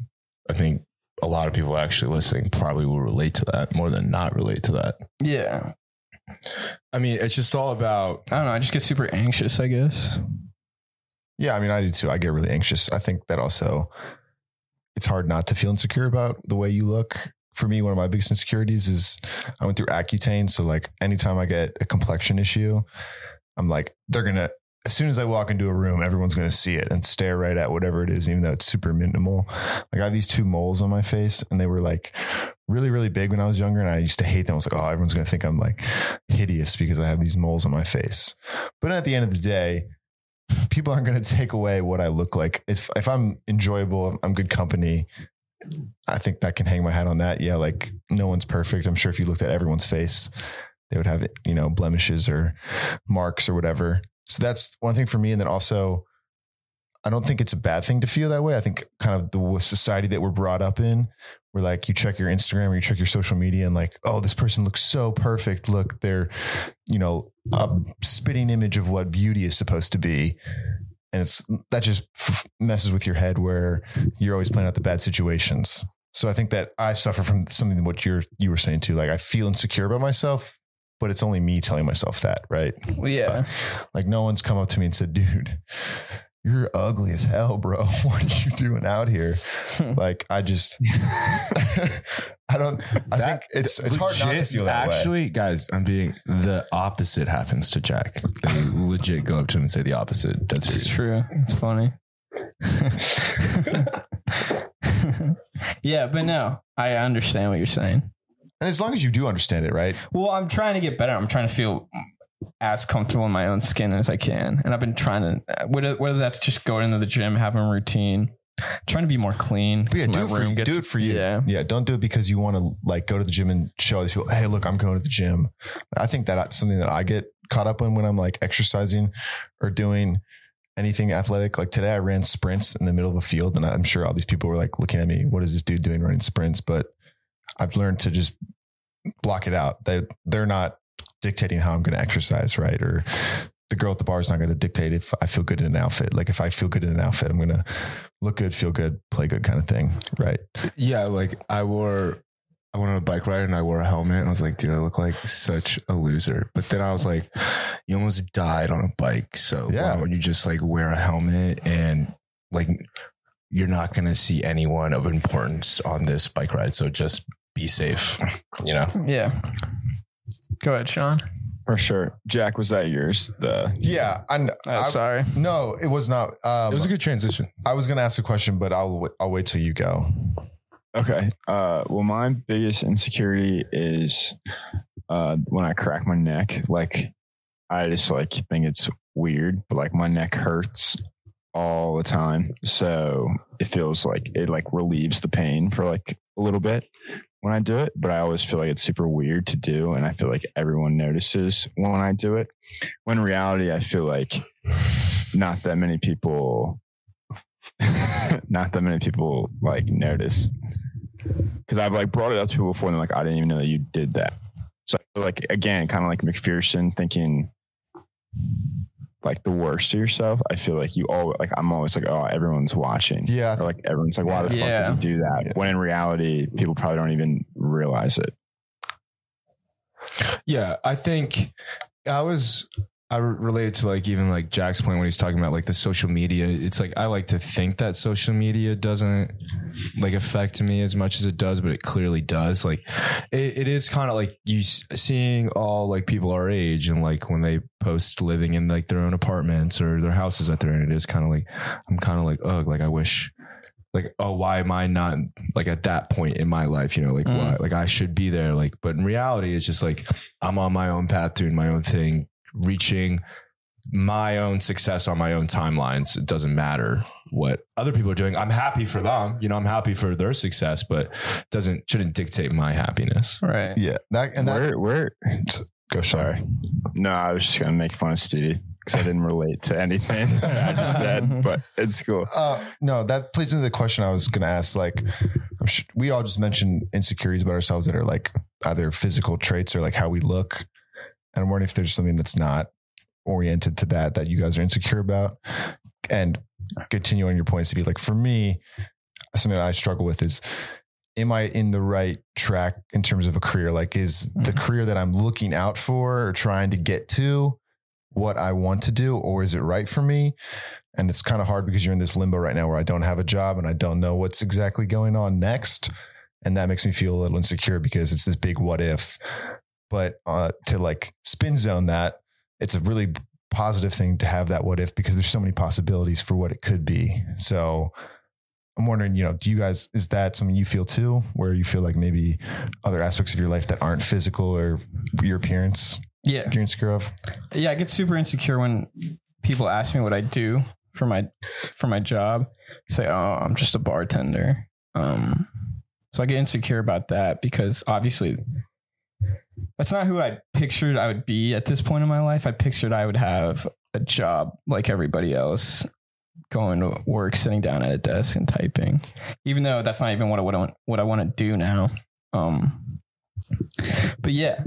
S3: I think a lot of people actually listening probably will relate to that more than not relate to that.
S2: yeah,
S3: I mean, it's just all about.
S2: I don't know. I just get super anxious, I guess.
S4: Yeah, I mean, I do too. I get really anxious. I think that also it's hard not to feel insecure about the way you look. For me, one of my biggest insecurities is I went through Accutane. So, like, anytime I get a complexion issue, I'm like, they're going to, as soon as I walk into a room, everyone's going to see it and stare right at whatever it is, even though it's super minimal. Like, I have these two moles on my face, and they were like really, really big when I was younger. And I used to hate them. I was like, oh, everyone's going to think I'm like hideous because I have these moles on my face. But at the end of the day, people aren't going to take away what I look like. If if I'm enjoyable, I'm good company. I think that can hang my hat on that. Yeah, like no one's perfect. I'm sure if you looked at everyone's face, they would have you know blemishes or marks or whatever. So that's one thing for me. And then also, I don't think it's a bad thing to feel that way. I think kind of the society that we're brought up in, where like you check your Instagram or you check your social media and like, oh, this person looks so perfect. Look, they're you know a spitting image of what beauty is supposed to be and it's that just f- messes with your head where you're always playing out the bad situations so i think that i suffer from something what you're you were saying too like i feel insecure about myself but it's only me telling myself that right
S2: Well, yeah.
S4: like no one's come up to me and said dude you're ugly as hell bro what are you doing out here like i just i don't i think it's it's hard not to
S3: Legit-
S4: feel that way
S3: Actually, guys, I'm being the opposite happens to Jack. They legit go up to him and say the opposite. That's
S2: It's
S3: serious.
S2: true. It's funny. yeah, but no, I understand what you're saying.
S4: and as long as you do understand it right
S2: Well, I'm trying to get better. I'm trying to feel as comfortable in my own skin as I can, and I've been trying to. Whether whether that's just going into the gym, having a routine, trying to be more clean.
S4: But yeah,
S2: so my
S4: do it, for,
S2: room gets-
S4: do it for you.
S2: Yeah.
S4: yeah. Don't do it because you want to like go to the gym and show other people, hey, look, I'm going to the gym. I think that that's something that I get caught up in when I'm like exercising or doing anything athletic. Like today, I ran sprints in the middle of a field, and I'm sure all these people were like looking at me, what is this dude doing running sprints? But I've learned to just block it out. They they're not dictating how I'm going to exercise, right? Or the girl at the bar is not going to dictate if I feel good in an outfit. Like if I feel good in an outfit, I'm going to look good, feel good, play good kind of thing, right?
S3: Yeah, like I wore, I went on a bike ride and I wore a helmet and I was like, dude, I look like such a loser. But then I was like, you almost died on a bike. So
S4: Yeah.
S3: why don't you just like wear a helmet and like you're not going to see anyone of importance on this bike ride. So just be safe, you know?
S2: Yeah. Go ahead, Sean.
S5: for sure. Jack, was that yours? The
S4: Yeah, I, kn-
S2: Oh,
S4: I-
S2: sorry.
S4: no, it was not. Um,
S3: It was a good transition.
S4: I was going to ask a question, but I'll wait- I'll wait till you go.
S5: okay. Uh, well, my biggest insecurity is uh, when I crack my neck. Like, I just like think it's weird, but like my neck hurts all the time, so it feels like it like relieves the pain for like a little bit when I do it. But I always feel like it's super weird to do, and I feel like everyone notices when I do it. When in reality, I feel like not that many people. not that many people like notice because I've like brought it up to people before and they're like, I didn't even know that you did that. So like again, kind of like McPherson thinking like the worst of yourself. I feel like you all like I'm always like, oh, everyone's watching.
S4: Yeah, I
S5: Or like everyone's like, why the
S2: Yeah.
S5: fuck does he do that?
S4: Yeah.
S5: When in reality, people probably don't even realize it.
S3: Yeah, I think I was I re- related to like even like Jack's point when he's talking about like the social media. It's like I like to think that social media doesn't like affect me as much as it does, but it clearly does. Like it, it is kind of like you s- seeing all like people our age and like when they post living in like their own apartments or their houses that they're in. It is kind of like I'm kind of like ugh, like I wish. Like oh, why am I not like at that point in my life? You know, like
S2: Mm.
S3: why? Like I should be there. Like, but in reality, it's just like I'm on my own path, doing my own thing, reaching my own success on my own timelines. It doesn't matter what other people are doing. I'm happy for them. You know, I'm happy for their success, but doesn't shouldn't dictate my happiness.
S2: Right.
S4: yeah. That and that.
S5: where where
S4: Go sorry.
S5: sorry. No, I was just gonna make fun of Stevie because I didn't relate to anything I just said, but it's cool.
S4: Uh, no, that plays into the question I was going to ask. Like, I'm sure we all just mentioned insecurities about ourselves that are like either physical traits or like how we look. And I'm wondering if there's something that's not oriented to that that you guys are insecure about. And continue on your points to be like, for me, something that I struggle with is am I in the right track in terms of a career? Like, is the career that I'm looking out for or trying to get to what I want to do, or is it right for me? And it's kind of hard because you're in this limbo right now where I don't have a job and I don't know what's exactly going on next. And that makes me feel a little insecure because it's this big what if. But uh, to like spin zone that, it's a really positive thing to have that what if because there's so many possibilities for what it could be. So I'm wondering, you know, do you guys, is that something you feel too, where you feel like maybe other aspects of your life that aren't physical or your appearance
S2: Yeah.
S4: you're insecure of?
S2: yeah i get super insecure when people ask me what i do for my for my job say oh i'm just a bartender um so i get insecure about that because obviously that's not who i pictured i would be at this point in my life i pictured i would have a job like everybody else going to work sitting down at a desk and typing even though that's not even what i what I want what i want to do now um but yeah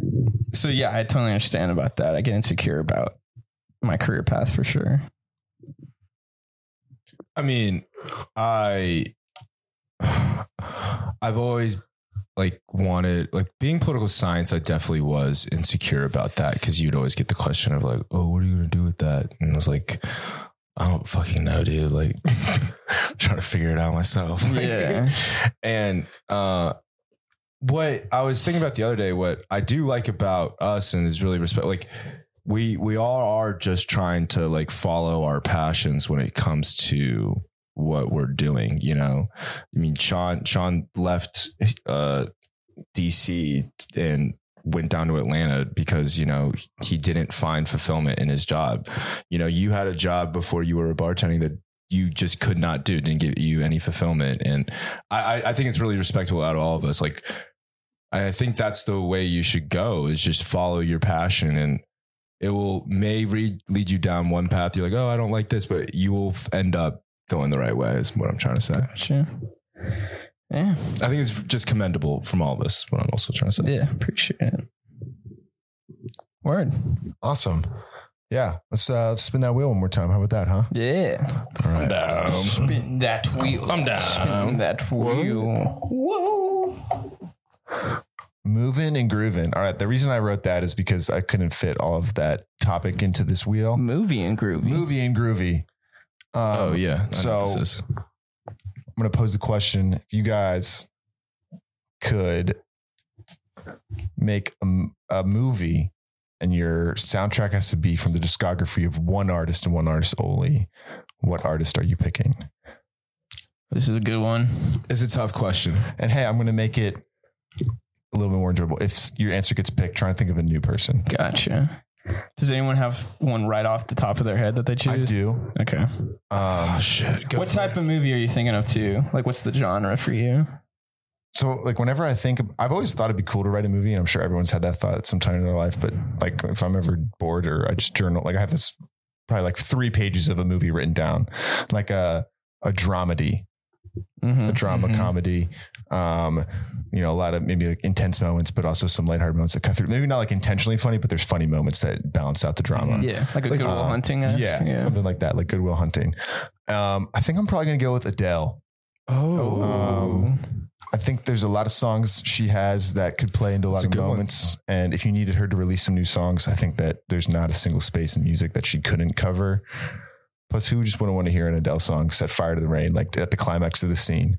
S2: so yeah, I totally understand about that. I get insecure about my career path for sure.
S3: I mean, I I've always like wanted like being political science, I definitely was insecure about that because you'd always get the question of like, oh, what are you gonna do with that? And I was like, I don't fucking know, dude. Like trying to figure it out myself.
S2: Yeah.
S3: and uh what I was thinking about the other day, what I do like about us and is really respect like we we all are just trying to like follow our passions when it comes to what we're doing, you know. I mean, Sean Sean left uh DC and went down to Atlanta because, you know, he didn't find fulfillment in his job. You know, you had a job before you were a bartending that you just could not do. It didn't give you any fulfillment. And I, I, I think it's really respectable out of all of us. Like, I think that's the way you should go is just follow your passion and it will may re- lead you down one path. You're like, oh, I don't like this, but you will f- end up going the right way is what I'm trying to say.
S2: Sure. Yeah.
S3: I think it's just commendable from all of us. What I'm also trying to say.
S2: Yeah. Appreciate it. Word.
S4: Awesome. Yeah, let's uh, let's spin that wheel one more time. How about that, huh?
S2: Yeah.
S4: All right.
S2: Spin that wheel. I'm down. Spin that wheel. Whoa.
S4: Moving and grooving. All right. The reason I wrote that is because I couldn't fit all of that topic into this wheel.
S2: Movie and groovy.
S4: Movie and groovy. Um,
S3: Oh yeah. I know
S4: So-
S3: this is.
S4: I'm going to pose the question if you guys could make a, m- a movie and your soundtrack has to be from the discography of one artist and one artist only, what artist are you picking?
S2: This is a good one.
S3: It's a tough question.
S4: And hey, I'm going to make it a little bit more enjoyable. If s- your answer gets picked, try and think of a new person.
S2: Gotcha. Does anyone have one right off the top of their head that they
S4: I
S2: choose?
S4: do.
S2: Okay.
S4: Um,
S3: shit.
S2: what type of movie are you thinking of too? Like, what's the genre for you?
S4: so like whenever I think, of- I've always thought it'd be cool to write a movie, and I'm sure everyone's had that thought at some time in their life. But like if I'm ever bored or I just journal, like I have this probably like three pages of a movie written down, like a a dramedy,
S2: Mm-hmm.
S4: a drama
S3: Mhm.
S4: comedy. Um, you know, a lot of maybe like intense moments, but also some lighthearted moments that cut through. Maybe not like intentionally funny, but there's funny moments that balance out the drama.
S2: Yeah, like a
S4: Like,
S2: Good Will
S4: uh,
S2: Hunting.
S4: Yeah, something like that, like Goodwill Hunting. Um, I think I'm probably gonna go with Adele.
S3: Oh.
S4: Um, I think there's a lot of songs she has that could play into a lot
S3: That's a
S4: of
S3: good one.
S4: moments. And if you needed her to release some new songs, I think that there's not a single space in music that she couldn't cover. Plus, who just wouldn't want to hear an Adele song set fire to the rain, like at the climax of the scene?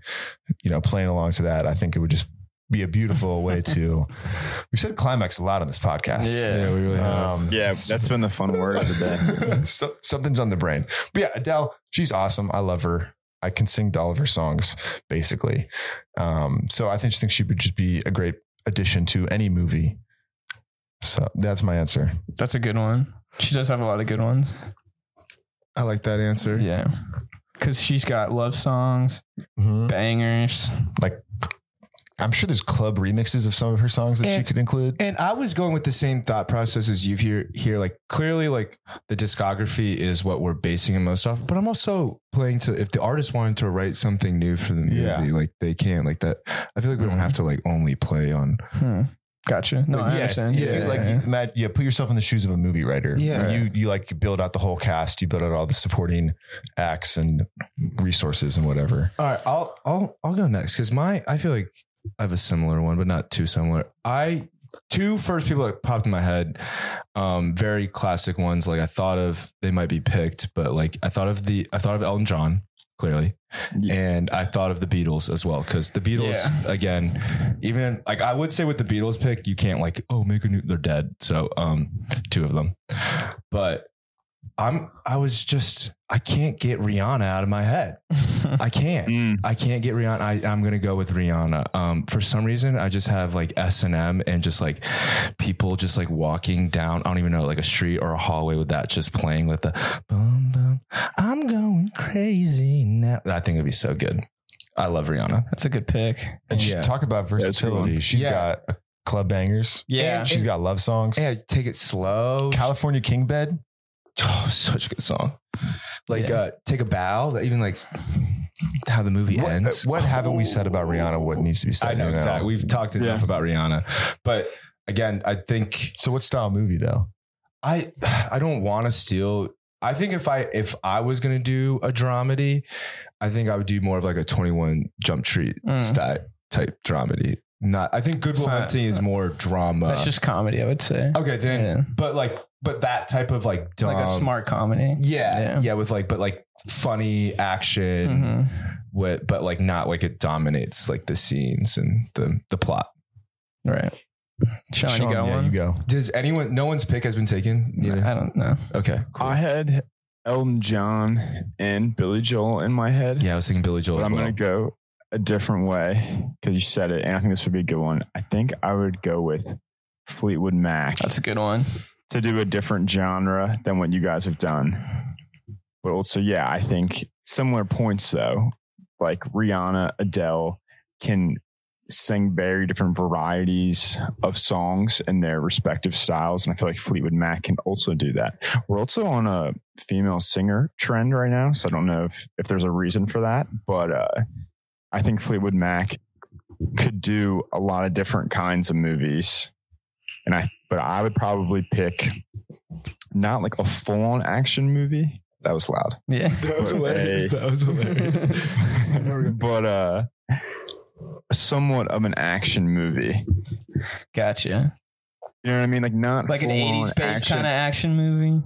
S4: You know, playing along to that, I think it would just be a beautiful way to. We said climax a lot on this podcast.
S3: Yeah, we really have.
S4: Um,
S5: Yeah, that's been the fun word of the day.
S4: so, something's on the brain. But yeah, Adele, she's awesome. I love her. I can sing to all of her songs, basically. Um, so I think, just think she would just be a great addition to any movie. So that's my answer.
S2: that's a good one. She does have a lot of good ones.
S3: I like that answer.
S2: Yeah, because she's got love songs, bangers.
S4: Mm-hmm. I'm sure there's club remixes of some of her songs that she
S3: And-
S4: could include.
S3: And I was going with the same thought process as you've here here. Like clearly, like the discography is what we're basing it most off. But I'm also playing to if the artist wanted to write something new for the movie,
S4: Yeah. Mm-hmm.
S3: like they can. Like that, I feel like we don't have to like only play on.
S2: Hmm. Gotcha. No, I understand.
S4: Yeah,
S3: Yeah.
S4: like Matt, yeah, put yourself in the shoes of a movie writer.
S3: Yeah.
S4: you you like you build out the whole cast, you build out all the supporting acts and resources and whatever.
S3: All right, I'll I'll I'll go next because my I feel like I have a similar one, but not too similar. I two first people that popped in my head, um, very classic ones. Like I thought of they might be picked, but like I thought of the I thought of Elton John clearly,
S5: Yeah.
S3: and I thought of the Beatles as well because the Beatles again, even like I would say with the Beatles pick, you can't like oh make a new they're dead so um two of them, but I'm I was just I can't get Rihanna out of my head. I can't.
S5: Mm.
S3: I can't get Rihanna. I, I'm gonna go with Rihanna. Um, for some reason, I just have like S and M and just like people just like walking down. I don't even know like a street or a hallway with that just playing with the boom boom. I'm going crazy now. I think it'd be so good. I love Rihanna.
S2: That's a good pick.
S4: And she,
S3: Yeah.
S4: talk about
S5: that's a good one.
S4: versatility. She's
S3: Yeah.
S4: got uh, club bangers.
S2: Yeah.
S4: She's got love songs.
S3: Yeah, take it slow.
S4: California King Bed.
S3: oh, such a good song. Like
S2: Yeah.
S3: uh, take a bow. Even like how the movie
S4: What,
S3: ends. Oh.
S4: what haven't we said about Rihanna? What needs to be said?
S3: I know
S4: you
S3: exactly. We've talked enough
S5: Yeah.
S3: about Rihanna, but again, I think
S4: So, what style movie though?
S3: I I don't want to steal. I think if I if I was gonna do a dramedy, I think I would do more of like a Twenty One Jump Street
S2: Mm.
S3: sty- type dramedy. Not I think Good
S2: It's
S3: Will
S2: not-
S3: Hunting is more
S4: uh,
S3: drama.
S2: That's just comedy, I would say.
S3: okay then,
S2: Yeah.
S3: but like but that type of like dumb,
S2: like a smart comedy.
S3: yeah, yeah
S2: Yeah.
S3: with like but like funny action
S2: Mhm.
S3: with but like not like it dominates like the scenes and the the plot.
S2: Right. Sean,
S4: Sean,
S2: you got
S4: yeah,
S2: one?
S4: you go.
S3: Does anyone? No one's pick has been taken. Neither.
S2: I don't know.
S3: Okay. Cool.
S5: I had Elton John and Billy Joel in my head.
S3: yeah, I was thinking Billy Joel.
S5: but
S3: as
S5: I'm
S3: well.
S5: gonna go a different way because you said it, and I think this would be a good one. I think I would go with Fleetwood Mac
S2: That's a good one.
S5: to do a different genre than what you guys have done. But also, yeah, I think similar points though, like Rihanna, Adele can sing very different varieties of songs in their respective styles. And I feel like Fleetwood Mac can also do that. We're also on a female singer trend right now. So I don't know if, if there's a reason for that, but uh, I think Fleetwood Mac could do a lot of different kinds of movies. And I, but I would probably pick not like a full on action movie. That was loud.
S2: Yeah.
S3: That
S5: was hilarious.
S3: That was
S5: but uh somewhat of an action movie.
S2: Gotcha.
S5: You know what I mean? Like not
S2: Like an
S5: full-on
S2: 80s based
S5: action.
S2: kind of action movie.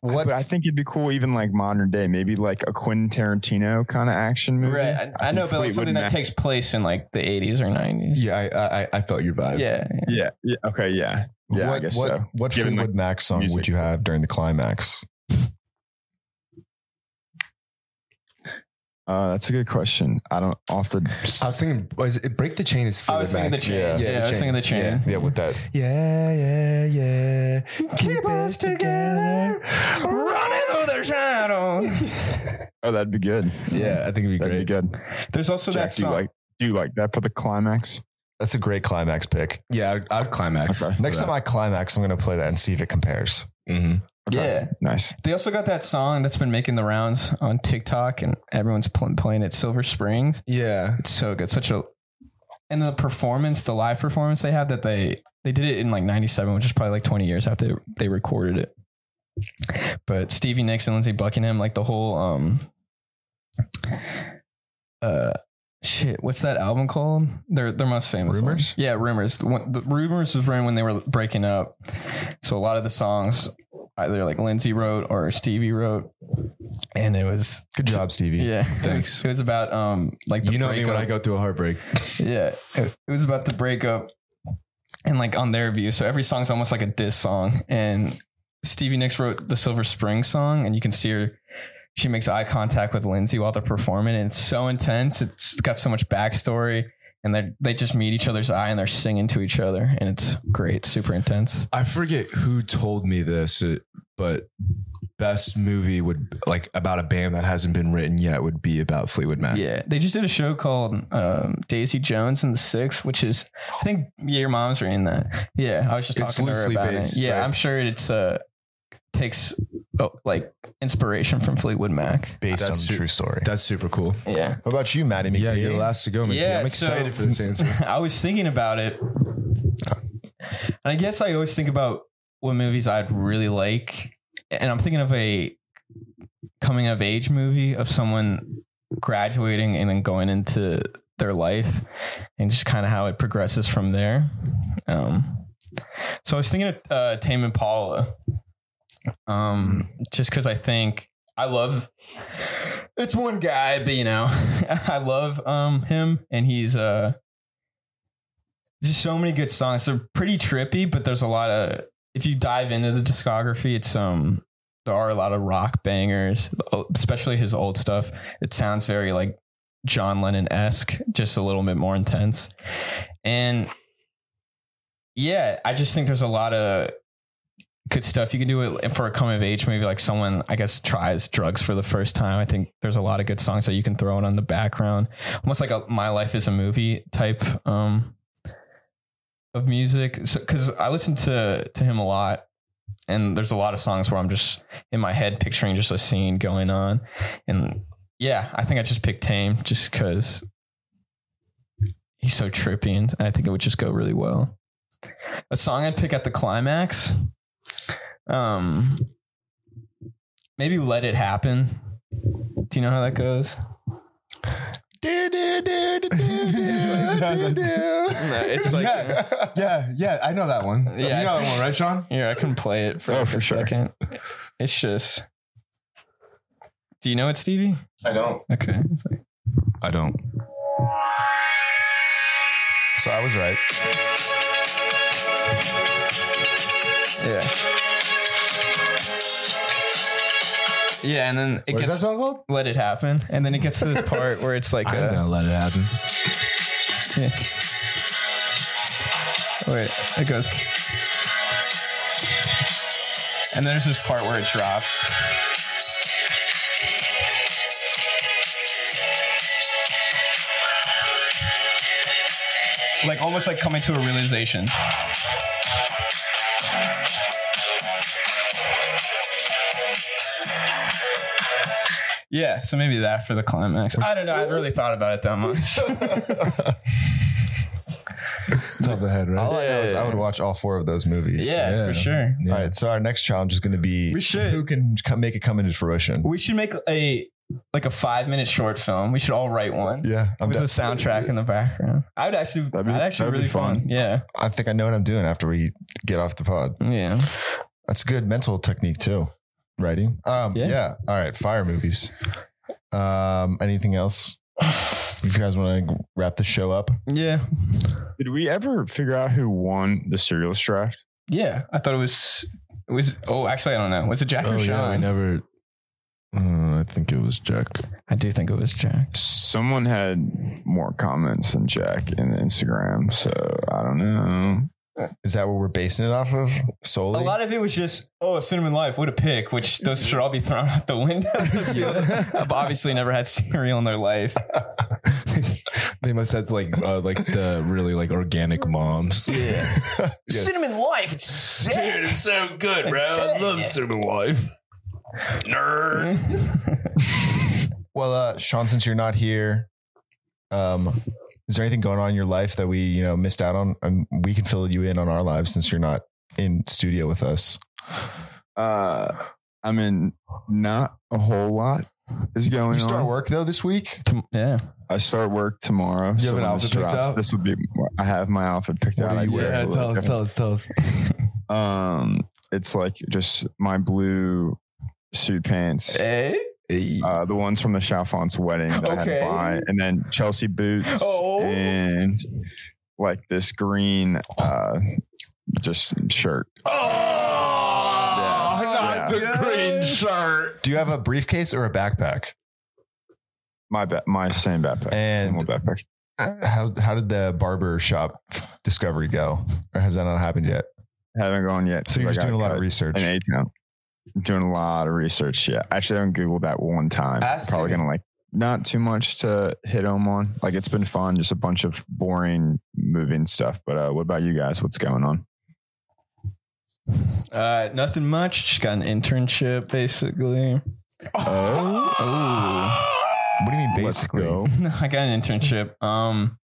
S5: What? But I think it'd be cool, even like modern day, maybe like a Quentin Tarantino kind of action movie.
S2: Right. I, I know, but like
S5: think Fleetwood
S2: something that
S5: Mac-
S2: takes place in like the 80s or 90s.
S3: Yeah, I, I I felt your vibe.
S2: Yeah.
S5: Yeah. Yeah. Okay. Yeah. Yeah.
S4: what
S5: I guess
S4: what
S5: so.
S4: what
S5: Given my
S4: Fleetwood Mac song
S5: music.
S4: would you have during the climax?
S5: Uh, that's a good question. I don't off the.
S2: Uh,
S3: I was thinking, was it break the chain is
S2: I was thinking the chain. Yeah,
S3: Yeah,
S4: Yeah.
S3: the
S2: I was
S3: chain.
S2: thinking the chain.
S3: Yeah.
S4: Yeah, with that.
S3: Yeah, yeah, yeah. Keep us together.
S2: Running through the shadows.
S5: Oh, that'd be good.
S3: Yeah, I think it'd be
S5: That'd be
S3: great.
S5: good.
S2: There's also
S5: Jack,
S2: that
S5: do you
S2: song.
S5: like do you like that for the climax?
S4: That's a great climax pick.
S3: Yeah, I'd, I'd climax.
S5: Okay.
S4: Next time I climax, I'm gonna play that and see if it compares.
S3: hmm
S2: yeah.
S5: Nice.
S2: They also got that song that's been making the rounds on TikTok and everyone's pl- playing it Silver Springs.
S3: Yeah.
S2: It's so good. Such a and the performance, the live performance they have that they they did it in like 97, which is probably like 20 years after they recorded it. But Stevie Nicks and Lindsey Buckingham, like the whole um uh shit, what's that album called? Their their most famous song.
S4: Rumors?
S2: Yeah, rumors. The one- the rumors was written when they were breaking up. So a lot of the songs either like Lindsey wrote or Stevie wrote. And it was
S4: Good job, Stevie.
S2: yeah. It was,
S3: Thanks.
S2: it was about um like the
S3: You know me when
S2: breakup.
S3: I go through a heartbreak.
S2: Yeah, it it was about the breakup, and like on their view. So every song's almost like a diss song. And Stevie Nicks wrote the Silver Spring song, and you can see her. She makes eye contact with Lindsay while they're performing, and it's so intense. It's got so much backstory, and they they just meet each other's eye and they're singing to each other, and it's great, super intense.
S3: I forget who told me this, uh, but best movie would like about a band that hasn't been written yet would be about Fleetwood Mac.
S2: Yeah, they just did a show called um, Daisy Jones and the Six, which is I think yeah, your mom's reading that. Yeah, I was just
S3: It's
S2: talking to her
S3: loosely
S2: about
S3: based,
S2: it. Yeah,
S3: right?
S2: I'm sure it's uh takes oh, like inspiration from Fleetwood Mac.
S4: Based
S3: That's
S4: on the
S3: su-
S4: true story.
S3: that's super cool.
S2: Yeah,
S4: What about you, Maddie McBee?
S3: Yeah, you're the last to go, man.
S2: Yeah,
S3: I'm excited
S2: so-
S3: for this answer.
S2: I was thinking about it, and I guess I always think about what movies I'd really like, and I'm thinking of a coming of age movie of someone graduating and then going into their life and just kind of how it progresses from there. Um, so I was thinking of uh, Tame Impala, um, just because I think I love it's one guy, but you know I love um him and he's uh just so many good songs. They're pretty trippy, but there's a lot of if you dive into the discography, it's um there are a lot of rock bangers, especially his old stuff. It sounds very like John Lennon esque, just a little bit more intense. And yeah, I just think there's a lot of good stuff you can do it for a coming of age. Maybe like someone, I guess, tries drugs for the first time. I think there's a lot of good songs that you can throw in on the background, almost like a My Life is a Movie type um, of music. Because I listen to to him a lot. And there's a lot of songs where I'm just in my head picturing just a scene going on. And yeah, I think I just picked Tame just because he's so trippy and I think it would just go really well. A song I'd pick at the climax. Um maybe Let It Happen. Do you know how that goes?
S1: it's like
S3: yeah, yeah, yeah. I know that one.
S2: Yeah.
S3: you know that one, right, Sean?
S2: Here, I can play it for,
S5: Oh,
S2: like
S5: for
S2: a
S5: sure.
S2: second. It's just Do you know it, Stevie?
S3: I don't.
S2: Okay.
S3: I don't.
S4: So I was right.
S2: Yeah. Yeah, and then it
S3: What is that
S2: gets
S3: song called?
S2: let it happen, and then it gets to this part where it's like,
S3: I'm
S2: uh,
S3: gonna let it happen.
S2: yeah. wait, it goes, and there's this part where it drops. like almost like coming to a realization. Yeah, so maybe that for the climax. I don't know. I haven't really thought about it that much.
S3: Top of the head, right?
S4: All I know is I would watch all four of those movies.
S2: Yeah,
S3: Yeah.
S2: for sure.
S3: Yeah.
S4: All right. So our next challenge is going to be
S2: We should.
S4: who can co- make it come into fruition.
S2: We should make a like a five minute short film. We should all write one
S4: yeah, I'm
S2: with
S4: done.
S2: the soundtrack in the background. I would actually,
S5: That'd be-
S2: I'd actually
S5: that'd be
S2: really fun.
S5: fun.
S2: Yeah,
S4: I think I know what I'm doing after we get off the pod.
S2: yeah.
S4: That's a good mental technique too. Writing. Um,
S2: Yeah.
S4: yeah. All right. Fire movies. Um, anything else? If you guys want to wrap the show up,
S2: Yeah.
S5: Did we ever figure out who won the serials draft?
S2: Yeah. I thought it was it was oh actually I don't know. Was it Jack
S3: Oh
S2: or
S3: yeah, we
S2: Sean?
S3: never. Uh, I think it was Jack.
S2: I do think it was Jack.
S5: Someone had more comments than Jack in Instagram, so I don't know.
S4: is that what we're basing it off of
S2: A
S4: solely?
S2: lot of it was just, oh, Cinnamon Life, what a pick, which those should all be thrown out the window. Those people have obviously never had cereal in their life.
S3: they must have like uh, like the really like organic moms.
S4: yeah.
S2: Cinnamon Life, it's sick.
S3: it's so good, bro. I love Super Life. Nerd.
S4: Well, uh, Sean, since you're not here, um, is there anything going on in your life that we, you know, missed out on? Um, we can fill you in on our lives since you're not in studio with us.
S5: Uh, I mean, not a whole lot is going
S4: You start
S5: on.
S4: work though this week.
S2: yeah.
S5: I start work tomorrow.
S3: You have an
S5: when
S3: outfit
S5: this
S3: picked
S5: drops,
S3: out?
S5: This would be. I have my outfit picked
S4: What
S5: out.
S4: do
S5: I
S4: you wear?
S5: it
S3: Yeah,
S5: for
S3: tell
S5: like
S3: us,
S5: a-
S3: tell us, tell us.
S5: Um, it's like just my blue suit pants.
S2: Eh?
S5: Uh, the ones from the Chalfont's wedding that I had
S2: Okay.
S5: to buy, and then Chelsea boots,
S2: Oh.
S5: and like this green, uh, just shirt.
S4: Oh,
S5: not the
S2: green
S4: shirt. Do you have a briefcase or a backpack?
S5: My ba- my same backpack,
S4: And- uh,
S5: same old backpack.
S4: How how did the barber shop discovery go, or has that not happened yet?
S5: Haven't gone yet.
S4: So you're
S5: 'cause
S4: just
S5: I got
S4: doing a lot of
S5: cut
S4: research.
S5: in A-Town. I'm doing a lot of research. Yeah, actually, I haven't googled that one time.
S2: Has to
S5: Probably
S2: be.
S5: gonna like not too much to hit home on. Like it's been fun, just a bunch of boring moving stuff. But uh, what about you guys? What's going on?
S2: Uh, nothing much. Just got an internship, basically.
S4: Oh, What do you mean
S5: Let's
S4: basically?
S5: go.
S2: No, I got an internship. Um,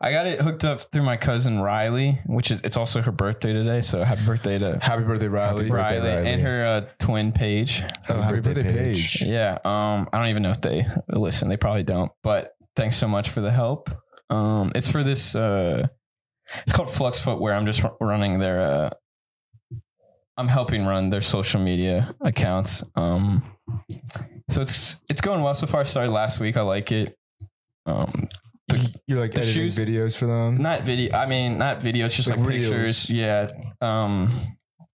S2: I got it hooked up through my cousin Riley, which is it's also her birthday today. So happy birthday to
S3: Happy birthday, Riley.
S4: birthday,
S2: Riley,
S4: Riley.
S2: and her uh, twin Paige.
S3: Oh, happy birthday, Paige.
S2: Yeah. Um, I don't even know if they listen. They probably don't. But thanks so much for the help. Um, it's for this. Uh, it's called Flux Footwear. I'm just ru- running their. Uh, I'm helping run their social media accounts. Um, so it's it's going well so far. I started last week. I like it. Um,
S3: You're like
S2: The editing shoes-
S3: videos for them.
S2: not video. I mean, not video. It's just
S3: Um, Like
S2: like,
S3: reels.
S2: pictures. Yeah. Um,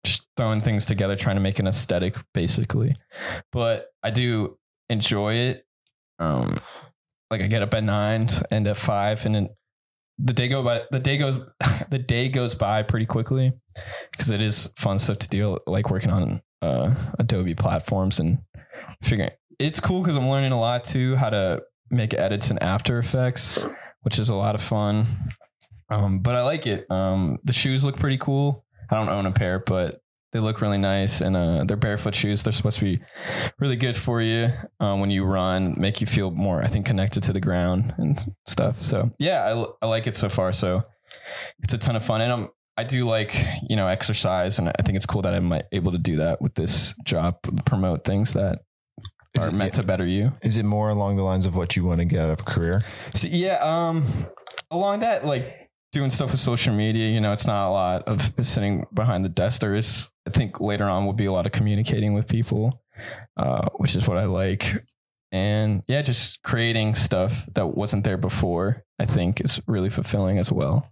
S2: just throwing things together, trying to make an aesthetic, basically. But I do enjoy it. Um, like I get up at nine, end at five, and then the day go by. The day goes. the day goes by pretty quickly because it is fun stuff to do, like working on uh, Adobe platforms and figuring. It's cool because I'm learning a lot too how to make edits in After Effects, which is a lot of fun. Um, but I like it. Um, the shoes look pretty cool. I don't own a pair, but they look really nice, and uh, they're barefoot shoes. They're supposed to be really good for you uh, when you run, make you feel more, I think, connected to the ground and stuff. So yeah, I, l- I like it so far. So it's a ton of fun, and I'm I do like you know exercise, and I think it's cool that I'm like, able to do that with this job, promote things that
S4: Is
S2: are
S4: it-
S2: meant to better you.
S4: Is it more along the lines of what you want to get out of a career?
S2: So, yeah, um, along that, like doing stuff with social media, you know, it's not a lot of sitting behind the desk. There is, I think, later on will be a lot of communicating with people, uh, which is what I like. And yeah, just creating stuff that wasn't there before, I think, is really fulfilling as well.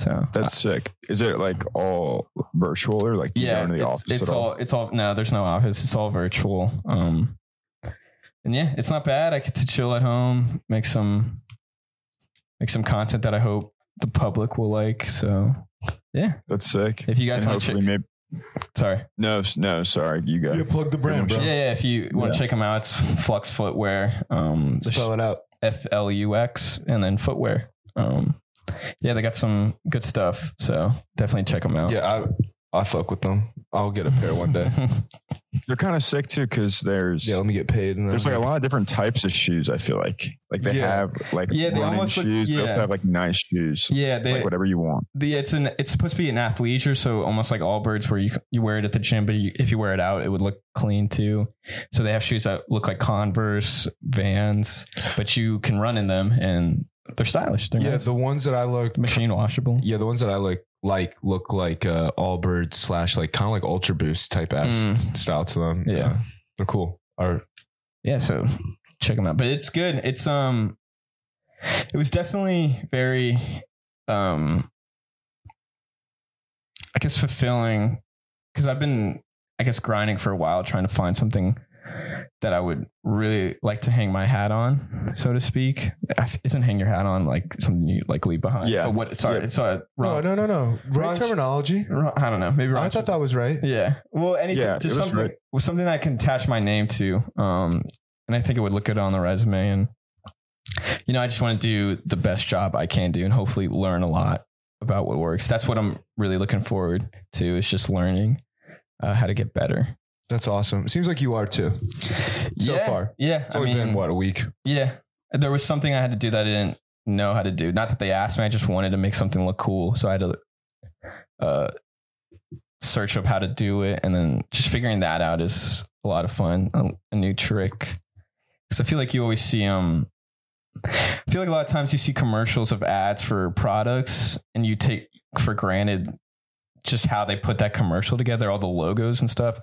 S2: So
S5: That's sick. Is it like all virtual or like you
S2: yeah,
S5: go into the
S2: it's,
S5: office
S2: it's
S5: at all?
S2: all it's all no, there's no office. It's all virtual. Um, and yeah, it's not bad. I get to chill at home, make some make some content that I hope the public will like. So yeah,
S5: That's sick.
S2: if you guys
S5: And
S2: want to,
S5: hopefully,
S2: check,
S5: maybe
S2: sorry,
S5: no, s- no, sorry, you go.
S3: You plug the brand, bro.
S2: yeah, yeah, if you want to
S5: Yeah.
S2: check them out, it's Flux Footwear. Um,
S3: Spell it out.
S2: F L U X, and then footwear. Um, yeah, they got some good stuff. So definitely check them out.
S3: Yeah, I I fuck with them. I'll get a pair one day.
S5: They're kind of sick too because there's
S3: yeah, let me get paid. And then-
S5: there's like a lot of different types of shoes. I feel like like they
S3: Yeah.
S5: have like
S2: Yeah, they
S5: running
S2: almost look-
S5: shoes. They
S2: yeah.
S5: also have like nice shoes.
S2: yeah, they,
S5: Like whatever you want.
S2: the it's an it's supposed to be an athleisure, so almost like all birds, where you you wear it at the gym, but you, if you wear it out, it would look clean too. So they have shoes that look like Converse, Vans, but you can run in them, and they're stylish. They're
S3: yeah,
S2: nice.
S3: the ones that I look.
S2: machine washable.
S3: Yeah, the ones that I look like look like uh, Allbird slash like kind of like Ultra Boost type ass
S2: Mm.
S3: s- style to them.
S2: Yeah.
S3: they're cool. Or
S2: yeah so check them out but it's good it's um it was definitely very um i guess fulfilling because i've been i guess grinding for a while trying to find something that i would really like to hang my hat on so to speak I f- isn't hang your hat on like something you like leave behind
S5: Yeah.
S2: But what sorry
S5: Yeah.
S2: it's uh, wrong,
S6: No, no, no, no. Right
S3: Raj-
S6: terminology.
S2: wrong- i don't know maybe wrong
S6: I thought that was right.
S2: yeah. Well, anything,
S5: Yeah,
S2: just
S5: it was
S2: something,
S5: great.
S2: well, something that I can attach my name to. Um, and I think it would look good on the resume. And, you know, I just want to do the best job I can do and hopefully learn a lot about what works. That's what I'm really looking forward to is just learning uh, how to get better.
S3: that's awesome. Seems like you are too. So
S2: yeah,
S3: far.
S2: Yeah.
S3: It's
S2: I
S3: only
S2: mean,
S3: been what a week.
S2: yeah. There was something I had to do that I didn't know how to do. Not that they asked me, I just wanted to make something look cool. So I had to uh, search up how to do it. And then just figuring that out is a lot of fun, a, a new trick. Because I feel like you always see, um, I feel like a lot of times you see commercials of ads for products and you take for granted just how they put that commercial together, all the logos and stuff.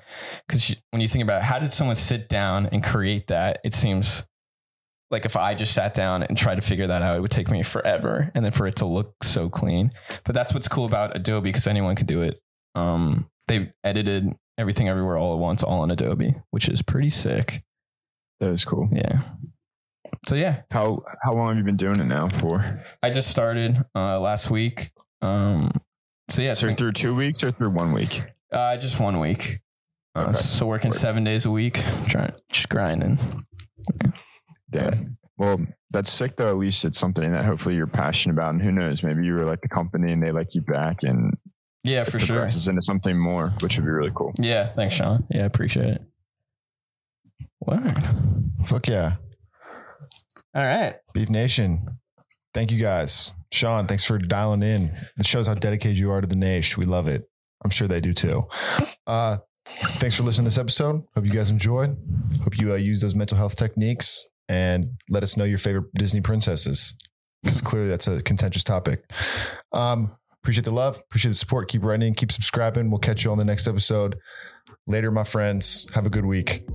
S2: Because when you think about it, how did someone sit down and create that? It seems like if I just sat down and tried to figure that out, it would take me forever. And then for it to look so clean. But that's what's cool about Adobe because anyone could do it. Um, they edited everything everywhere all at once, all on Adobe, which is pretty sick.
S5: That is cool.
S2: Yeah. So yeah,
S5: How how long have you been doing it now for?
S2: I just started uh, last week. Um, so yeah, it's
S5: So
S2: been,
S5: through two weeks or through one week?
S2: uh, just one week. Uh,
S5: Okay.
S2: So working
S5: Word.
S2: seven days a week, trying just grinding.
S5: Damn. Well, that's sick though. At least it's something that hopefully you're passionate about. And who knows, maybe you were like the company and they like you back and
S2: Yeah, for sure.
S5: progresses into something more, which would be really cool.
S2: Yeah, thanks, Sean. Yeah, I appreciate it. Wow.
S4: Fuck yeah.
S2: All right.
S4: Beef Nation. Thank you guys. Sean, thanks for dialing in. It shows how dedicated you are to the Nash. We love it. I'm sure they do too. Uh, thanks for listening to this episode. Hope you guys enjoyed. Hope you uh, use those mental health techniques and let us know your favorite Disney princesses because clearly that's a contentious topic. Um, appreciate the love. Appreciate the support. Keep writing. Keep subscribing. We'll catch you on the next episode. Later, my friends. Have a good week.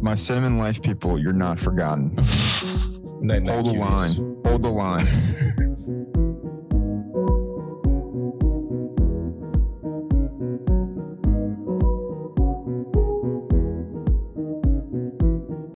S5: My cinnamon life people, you're not forgotten.
S3: Night night.
S5: Hold the
S3: cuties.
S5: line. Hold the line.